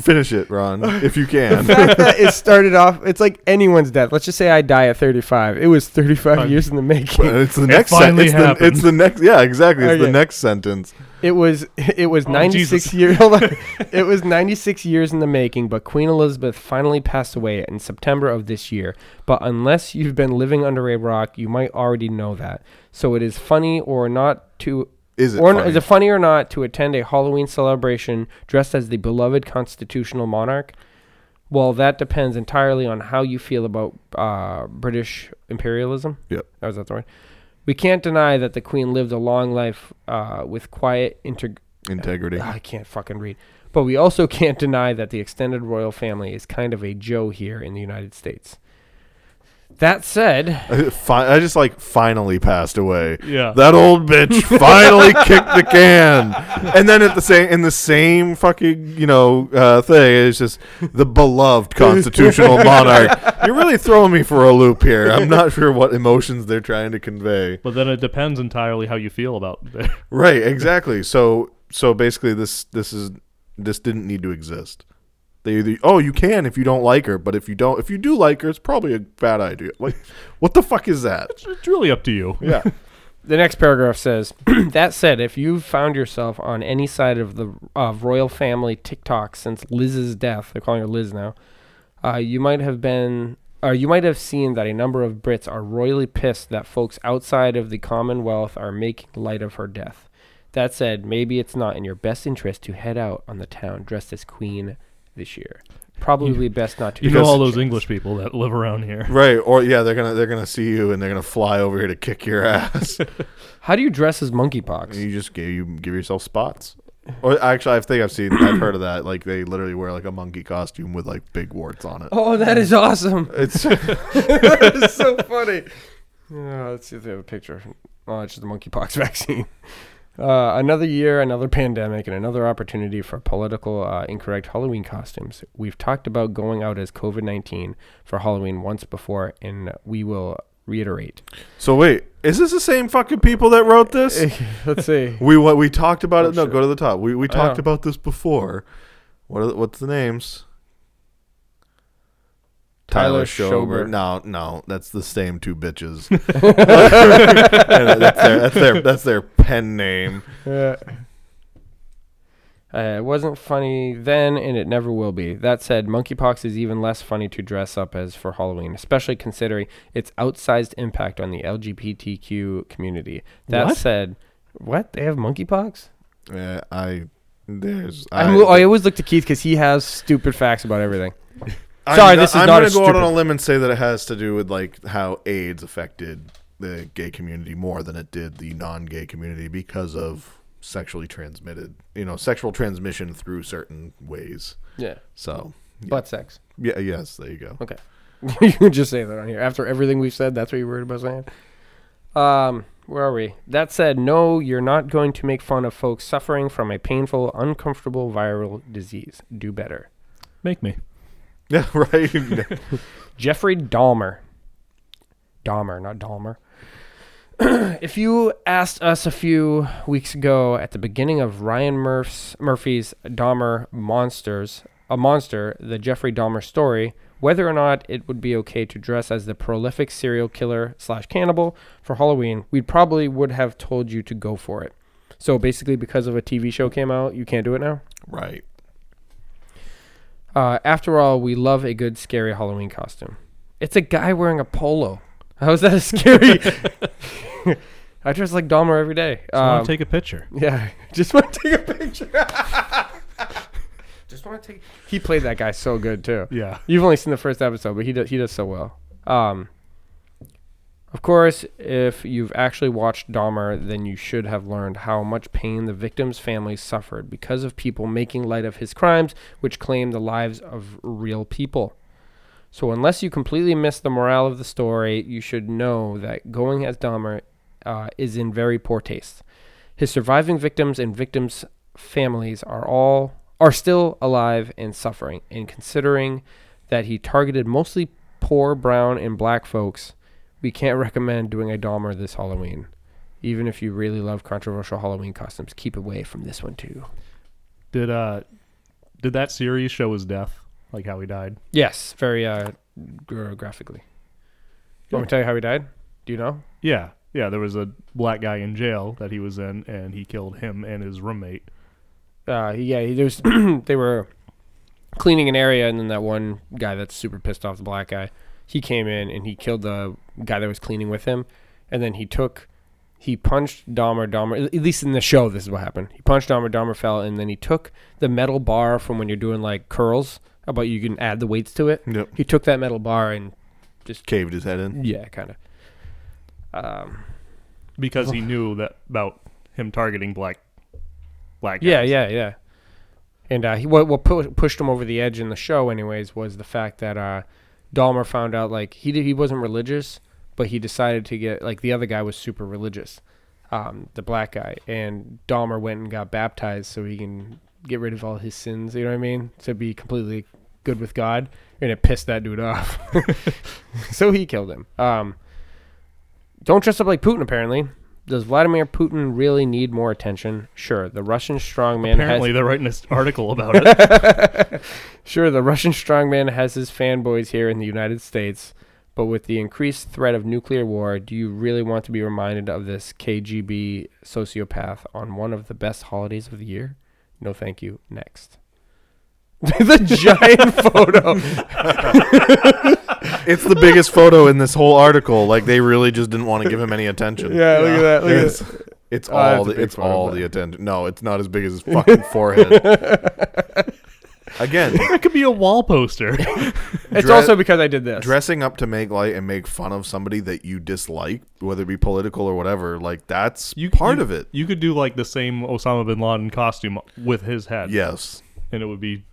S3: Finish it, Ron, if you can.
S1: fact that it started off, it's like anyone's death. Let's just say I die at 35. It was 35
S2: Fine.
S1: years in the making.
S3: Well, it's the next. sen-
S2: finally
S3: it's, the,
S2: happened.
S3: it's the next. Yeah, exactly. It's
S1: Okay.
S3: the next sentence.
S1: It was it was
S2: Oh,
S1: 96
S2: Jesus.
S1: years. Hold on. It was 96 years in the making, but Queen Elizabeth finally passed away in September of this year. But unless you've been living under a rock, you might already know that. So it is funny or not to
S3: Is it
S1: or
S3: funny?
S1: is it funny or not to attend a Halloween celebration dressed as the beloved constitutional monarch? Well, that depends entirely on how you feel about uh, British imperialism.
S3: Yep.
S1: Oh, is that the word? We can't deny that the Queen lived a long life uh, with quiet inter-
S3: Integrity.
S1: I can't fucking read. But we also can't deny that the extended royal family is kind of a Joe here in the United States. That said,
S3: Fi- I just like finally passed away.
S2: Yeah.
S3: That old bitch finally kicked the can. And then at the same in the same fucking, you know, uh, thing, it's just the beloved constitutional monarch. You're really throwing me for a loop here. I'm not sure what emotions they're trying to convey.
S2: But then it depends entirely how you feel about it.
S3: Right, exactly. So so basically this this is this didn't need to exist. They either, oh you can if you don't like her, but if you don't if you do like her, it's probably a bad idea. Like what the fuck is that?
S2: it's really up to you.
S3: Yeah.
S1: the next paragraph says, that said, if you've found yourself on any side of the of royal family TikTok since Liz's death, they're calling her Liz now, uh, you might have been or you might have seen that a number of Brits are royally pissed that folks outside of the Commonwealth are making light of her death. That said, maybe it's not in your best interest to head out on the town dressed as queen this year. Probably best not to.
S2: You
S1: take
S2: know all
S1: the
S2: those
S1: chance.
S2: English people that live around here.
S3: Right, or yeah, they're gonna they're gonna see you and they're gonna fly over here to kick your ass.
S1: How do you dress as monkeypox?
S3: and you just give you give yourself spots. Or actually, I think I've seen I've heard of that. Like they literally wear like a monkey costume with like big warts on it.
S1: Oh, that is awesome.
S3: It's
S1: that is so funny. Uh, let's see if they have a picture. Oh, it's just the monkeypox vaccine. Uh, another year, another pandemic, and another opportunity for political uh, incorrect Halloween costumes. We've talked about going out as COVID 19 for Halloween once before, and we will reiterate.
S3: so wait, is this the same fucking people that wrote this?
S1: Let's see.
S3: We what we talked about
S1: Oh,
S3: it. No,
S1: shit.
S3: go to the top. We we talked
S1: know.
S3: about this before. What are the, what's the names?
S1: Tyler Schober.
S3: No, no, that's the same two bitches. And that's their that's their that's their pen name.
S1: Uh, it wasn't funny then, and it never will be. That said, monkeypox is even less funny to dress up as for Halloween, especially considering its outsized impact on the LGBTQ community. That
S2: What?
S1: said, what they have monkeypox?
S3: Yeah, I there's
S1: I, mo- I always look to Keith because he has stupid facts about everything.
S3: I'm
S1: Sorry,
S3: go-
S1: this is
S3: I'm
S1: not
S3: gonna
S1: a
S3: go out on
S1: stupid-
S3: a limb and say that it has to do with like how AIDS affected the gay community more than it did the non-gay community because of sexually transmitted, you know, sexual transmission through certain ways.
S1: Yeah,
S3: So, yeah,
S1: butt sex.
S3: yeah, yes, there you go.
S1: Okay. you can just say that on here. After everything we've said, that's what you're worried about saying. Um, where are we? That said, no, you're not going to make fun of folks suffering from a painful, uncomfortable viral disease. Do better.
S2: Make me.
S3: Yeah, right.
S1: Jeffrey Dahmer. Dahmer, not Dahmer. if you asked us a few weeks ago at the beginning of Ryan Murph's, Murphy's Dahmer Monsters, a monster, the Jeffrey Dahmer story, whether or not it would be okay to dress as the prolific serial killer slash cannibal for Halloween, we probably would have told you to go for it. So basically, because of a TV show came out, you can't do it now.
S3: Right.
S1: Uh, after all, we love a good scary Halloween costume. It's a guy wearing a polo. How is that a scary? I dress like Dahmer every day.
S2: I want
S1: Um,
S2: to take a picture.
S1: yeah, just want to take a picture. just want to take. He played that guy so good too.
S2: Yeah.
S1: You've only seen the first episode, but he does he does so well. Um, of course, if you've actually watched Dahmer, then you should have learned how much pain the victim's families suffered because of people making light of his crimes, which claim the lives of real people. So, unless you completely miss the morale of the story, you should know that going as Dahmer uh, is in very poor taste. His surviving victims and victims' families are all are still alive and suffering. And considering that he targeted mostly poor brown and black folks, we can't recommend doing a Dahmer this Halloween. Even if you really love controversial Halloween costumes, keep away from this one too.
S2: Did uh, did that series show his death, like how he died?
S1: Yes, very uh, gra- graphically. You want me to tell you how he died? Do you know?
S2: Yeah, yeah. There was a black guy in jail that he was in, and he killed him and his roommate.
S1: Uh, he- yeah, he, there was, they were cleaning an area, and then that one guy that's super pissed off, the black guy, he came in and he killed the guy that was cleaning with him, and then he took, he punched Dahmer. Dahmer, at least in the show, this is what happened. He punched Dahmer. Dahmer fell, and then he took the metal bar from when you're doing like curls, how about you can add the weights to it.
S3: Yep.
S1: He took that metal bar and
S3: Caved his head in.
S1: yeah, kind of. Um,
S2: because he knew that about him targeting black black guys.
S1: Yeah, yeah, yeah. And uh, he what what pu- pushed him over the edge in the show, anyways, was the fact that uh, Dahmer found out like he did, he wasn't religious, but he decided to get like the other guy was super religious, um, the black guy, and Dahmer went and got baptized so he can get rid of all his sins. You know what I mean? To be completely good with God, and it pissed that dude off, so he killed him. Um, don't dress up like Putin, apparently. Does Vladimir Putin really need more attention? Sure, the Russian strongman
S2: Apparently, they're writing this article about it.
S1: has sure the Russian strongman has his fanboys here in the United States, but with the increased threat of nuclear war, do you really want to be reminded of this KGB sociopath on one of the best holidays of the year? No, thank you. Next. the giant photo.
S3: It's the biggest photo in this whole article. Like they really just didn't want to give him any attention.
S1: Yeah, look at that. Look at
S3: it's, it's
S1: Oh, that's
S3: all
S1: a
S3: the,
S1: big
S3: it's
S1: photo,
S3: all
S1: but-
S3: the attention. No, it's not as big as his fucking forehead. Again,
S2: it could be a wall poster.
S1: It's
S3: Dre-
S1: also because I did this.
S3: dressing up to make light and make fun of somebody that you dislike, whether it be political or whatever, like that's
S2: You
S3: part
S2: you-
S3: of it.
S2: You could do like the same Osama bin Laden costume with his head.
S3: Yes.
S2: and it would be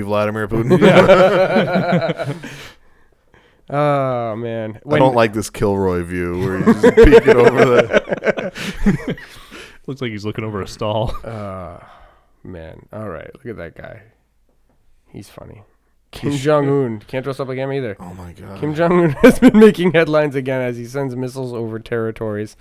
S3: Vladimir Putin.
S1: oh man.
S3: I don't like this Kilroy view where you just peek it over the
S2: looks like he's looking over a stall.
S1: uh, Man, all right, look at that guy. He's funny. Kim Jong Un can't dress up like him either.
S3: Oh my god.
S1: Kim Jong Un has been making headlines again as he sends missiles over territories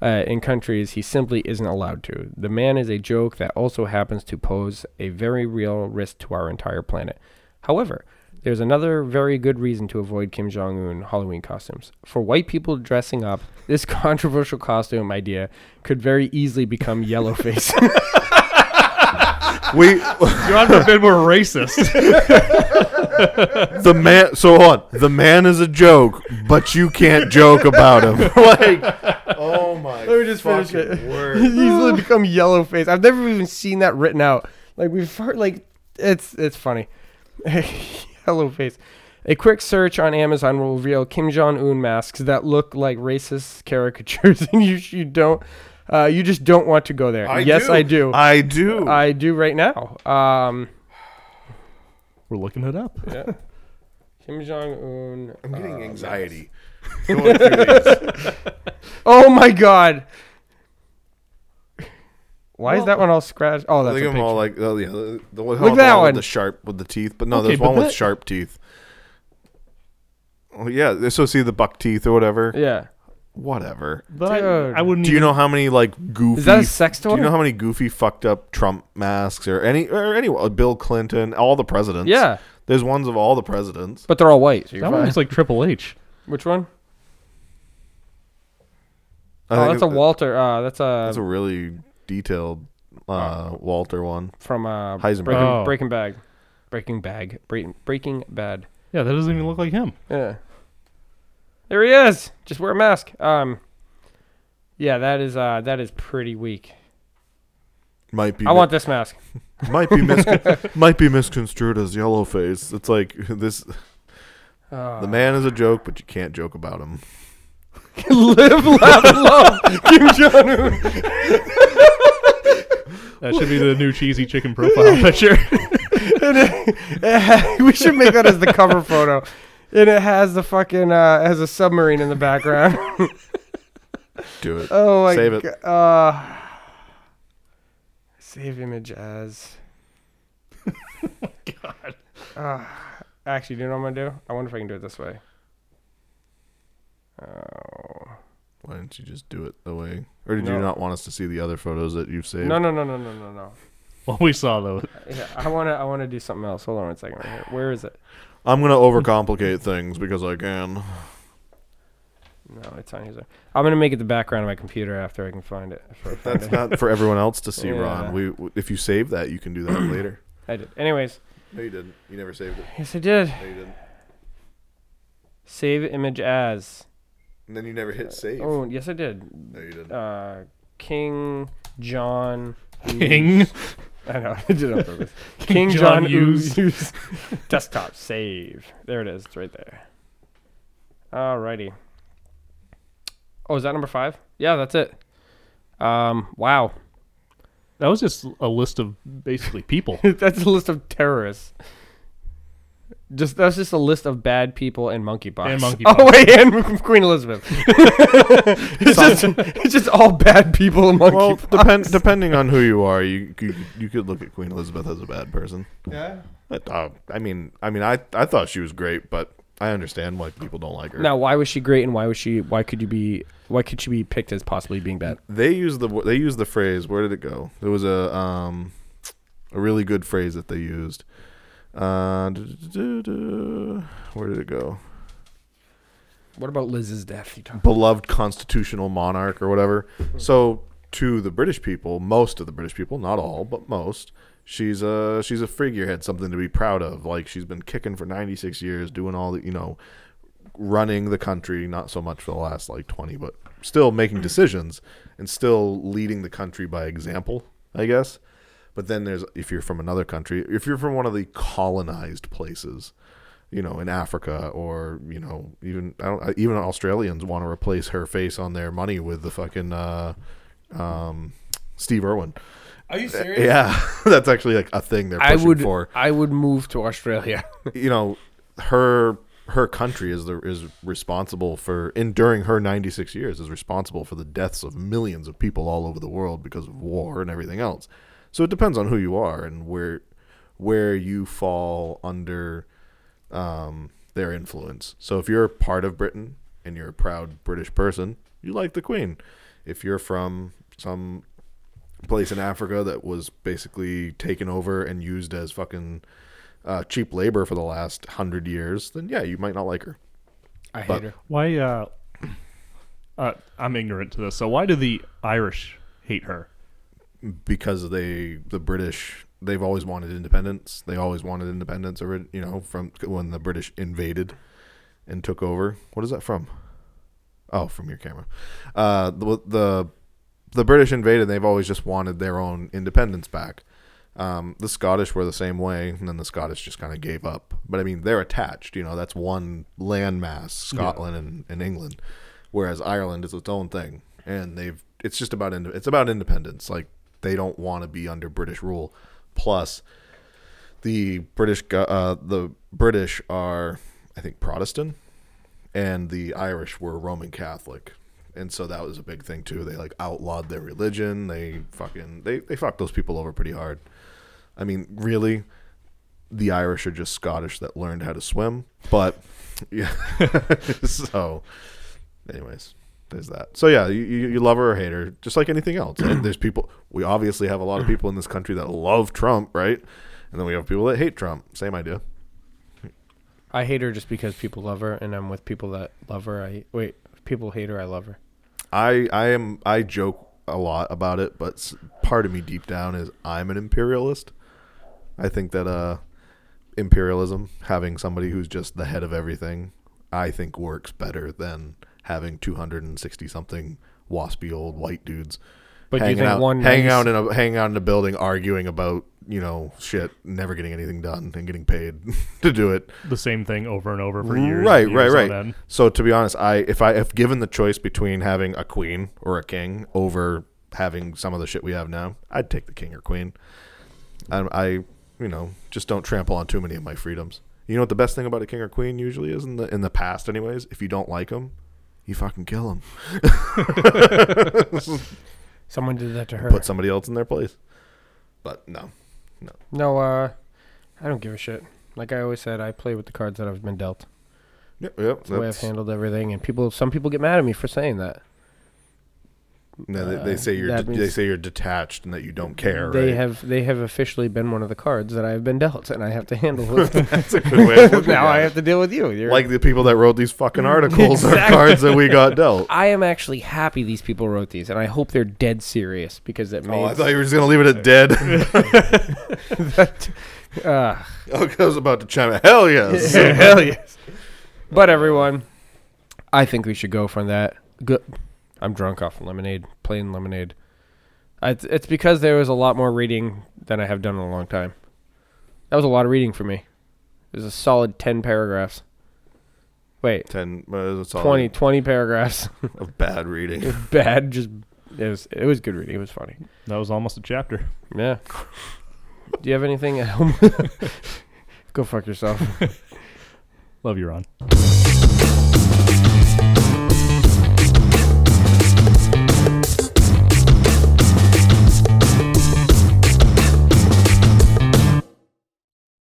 S1: uh, in countries he simply isn't allowed to. The man is a joke that also happens to pose a very real risk to our entire planet. However, there's another very good reason to avoid Kim Jong Un Halloween costumes. For white people dressing up, this controversial costume idea could very easily become yellow face.
S3: We
S2: God forbid we're racist.
S3: the man so hold on. The man is a joke, but you can't joke about him. like Oh my
S1: Let me just finish
S3: fucking
S1: it.
S3: word.
S1: easily become yellow face. I've never even seen that written out. Like we've heard, like it's it's funny. yellow face. A quick search on Amazon will reveal Kim Jong Un masks that look like racist caricatures, and you you don't, uh, you just don't want to go there. yes, I do. I,
S3: I do.
S1: do right now. Um,
S2: we're looking it up.
S1: Kim uh, Jong Un.
S3: I'm getting anxiety. Going through these.
S1: Oh my God. Why is that one all scratched? Oh, that's
S3: Look
S1: a
S3: at them
S1: picture.
S3: all like oh yeah, the, the, one-
S1: Look at
S3: the
S1: that
S3: with
S1: one.
S3: the sharp with the teeth. But no,
S2: Okay,
S3: there's
S2: but
S3: one with
S2: that-
S3: sharp teeth. Oh yeah, so see the buck teeth or whatever.
S1: yeah.
S3: whatever.
S2: But I,
S1: Dude.
S2: I wouldn't.
S3: Do you
S2: even-
S3: know how many like goofy?
S1: Is that a sex
S3: do
S1: toy?
S3: you know how many goofy fucked up Trump masks or any or any uh, Bill Clinton, all the presidents?
S1: yeah,
S3: there's ones of all the presidents.
S1: but they're all white. So you're
S2: that
S1: fine.
S2: one looks like Triple H.
S1: Which one?
S3: I
S1: oh,
S3: think
S1: that's a
S3: it-
S1: Walter. Uh, that's a,
S3: That's a really detailed uh, Walter one.
S1: from uh,
S3: Heisenberg.
S1: Breaking,
S2: Oh.
S1: Breaking Bag, Breaking Bag, Breaking Breaking Bad.
S2: Yeah, that doesn't even look like him.
S1: Yeah, there he is. Just wear a mask. Um, yeah, that is uh, that is pretty weak.
S3: Might be
S1: I want this mask.
S3: might be miscon- might be misconstrued as yellow face. It's like this
S1: Uh,
S3: the man is a joke, but you can't joke about him.
S1: live, laugh, love. Kim Jong Un.
S2: That should be the new cheesy chicken profile picture.
S1: we should make that as the cover photo. And it has the fucking uh, has a submarine in the background.
S3: Do it.
S1: oh my
S3: Save it.
S1: go- Uh, save image as. God. Uh, actually, do you know what I'm gonna do? I wonder if I can do it this way. Oh.
S3: Why didn't you just do it the way? Or did you
S1: No.
S3: not want us to see the other photos that you've saved?
S1: No, no, no, no, no, no, no.
S2: well, we saw though.
S1: Yeah, I wanna, I wanna do something else. Hold on one second, right here. Where is it?
S3: I'm gonna overcomplicate things because I can.
S1: No, it's on user. I'm gonna make it the background of my computer after I can find it. if I find
S3: That's
S1: it.
S3: not for everyone else to see,
S1: Yeah.
S3: Ron. We, w- if you save that, you can do that later.
S1: I did. Anyways,
S3: No, you didn't. You never saved it.
S1: yes, I did.
S3: No, you didn't.
S1: Save image as.
S3: And then you never hit save.
S1: Oh, yes, I did.
S3: No, you didn't.
S1: Uh, King John.
S2: King.
S1: I know. I did it on purpose. King
S2: John
S1: John
S2: Hughes.
S1: Hughes. Desktop save. There it is. It's right there. Alrighty. Oh, is that number five? Yeah, that's it. Um. Wow.
S2: That was just a list of basically people.
S1: that's a list of terrorists. Just that's just a list of bad people and monkeypox.
S2: And monkeypox.
S1: Oh wait, and Queen Elizabeth. it's, just, it's just all bad people and monkeypox.
S3: Well, depend, depending on who you are, you, you you could look at Queen Elizabeth as a bad person.
S1: Yeah.
S3: But, uh, I mean, I mean, I I thought she was great, but I understand why people don't like her.
S1: Now, why was she great, and why was she? Why could you be? Why could she be picked as possibly being bad?
S3: they use the they use the phrase. Where did it go? There was a um a really good phrase that they used. Uh, du-du-du-du. where did it go?
S1: What about Liz's death? You talk.
S3: Beloved constitutional monarch or whatever. So to the British people, most of the British people, not all, but most, she's a she's a figurehead, something to be proud of. Like she's been kicking for 96 years, doing all the you know, running the country, not so much for the last like 20, but still
S1: Mm.
S3: making decisions and still leading the country by example, I guess. But then there's if you're from another country, if you're from one of the colonized places, you know, in Africa or you know, even I don't, even Australians want to replace her face on their money with the fucking uh, um, Steve Irwin. Uh,
S1: Are you serious?
S3: Yeah, that's actually like a thing they're
S1: I
S3: pushing
S1: would.
S3: for.
S1: I would move to Australia.
S3: You know, her her country is the is responsible for enduring her 96 years is responsible for the deaths of millions of people all over the world because of war and everything else. So it depends on who you are and where where you fall under um, their influence. So if you're part of Britain and you're a proud British person, you like the Queen. If you're from some place in Africa that was basically taken over and used as fucking uh, cheap labor for the last hundred years, then yeah, you might not like her.
S1: I hate
S3: But-
S1: her.
S2: Why? Uh, uh, I'm ignorant to this. So why do the Irish hate her?
S3: because they the British they've always wanted independence. They always wanted independence, or you know, from when the British invaded and took over. What is that from? Oh, from your camera. Uh, the the the British invaded. They've always just wanted their own independence back. Um, the Scottish were the same way, and then the Scottish just kind of gave up. But I mean, they're attached. You know, that's one landmass, Scotland and, and England, whereas Ireland is its own thing, and they've it's just about ind- it's about independence. Like they don't want to be under British rule. Plus, the British go- uh, the British are, I think, Protestant, and the Irish were Roman Catholic, and so that was a big thing too. They like outlawed their religion. They fucking they they fucked those people over pretty hard. I mean, really, the Irish are just Scottish that learned how to swim, but yeah. so, anyways, There's that. So yeah, you, you you love her or hate her, just like anything else. right? There's people. We obviously have a lot of people in this country that love Trump, right? And then we have people that hate Trump. Same idea.
S1: I hate her just because people love her, and I'm with people that love her. I wait, if people hate her. I love her.
S3: I I am I joke a lot about it, but s- part of me deep down is I'm an imperialist. I think that uh imperialism, having somebody who's just the head of everything, I think works better than having 260 something waspy old white dudes
S1: But do you
S3: hanging
S1: think
S3: out
S1: one
S3: hanging
S1: nice-
S3: out in a hanging out in a building arguing about, you know, shit, never getting anything done and getting paid to do it.
S2: The same thing over and over for years.
S3: Right,
S2: and
S3: right,
S2: years on
S3: right.
S2: end.
S3: So to be honest, I if I if given the choice between having a queen or a king over having some of the shit we have now, I'd take the king or queen. I, I you know just don't trample on too many of my freedoms. You know what the best thing about a king or queen usually is in the in the past, anyways. If you don't like them, you fucking kill them.
S1: Someone did that to her.
S3: Put somebody else in their place. But no,
S1: No, uh, I don't give a shit. Like I always said, I play with the cards that I've been dealt.
S3: yep, yep.
S1: That's the way I've
S3: That's,
S1: handled everything, and people, some people get mad at me for saying that.
S3: no, they, they
S1: uh,
S3: say you're
S1: that
S3: de- they
S1: means-
S3: say you're detached and that you don't care.
S1: They
S3: right?
S1: have they have officially been one of the cards that I have been dealt, and I have to handle it.
S3: That's a good way of looking
S1: now
S3: at
S1: I
S3: it.
S1: have to deal with you. You're-
S3: like the people that wrote these fucking articles are cards that we got dealt.
S1: I am actually happy these people wrote these, and I hope they're dead serious because that
S3: Oh, I
S1: means
S3: thought you were just gonna leave it at dead.
S1: that. Uh,
S3: oh, I was about to chime in. Hell yes.
S1: Hell yes. But everyone, I think we should go from that. Good. I'm drunk off lemonade, plain lemonade. I, it's because there was a lot more reading than I have done in a long time. That was a lot of reading for me. It was a solid 10 paragraphs. Wait,
S3: Ten, uh, it's all
S1: 20, 20 paragraphs.
S3: of bad reading.
S1: Bad, just it was it was good reading. It was funny.
S2: That was almost a chapter.
S1: Yeah. Do you have anything at home? Go fuck yourself.
S2: Love you, Ron.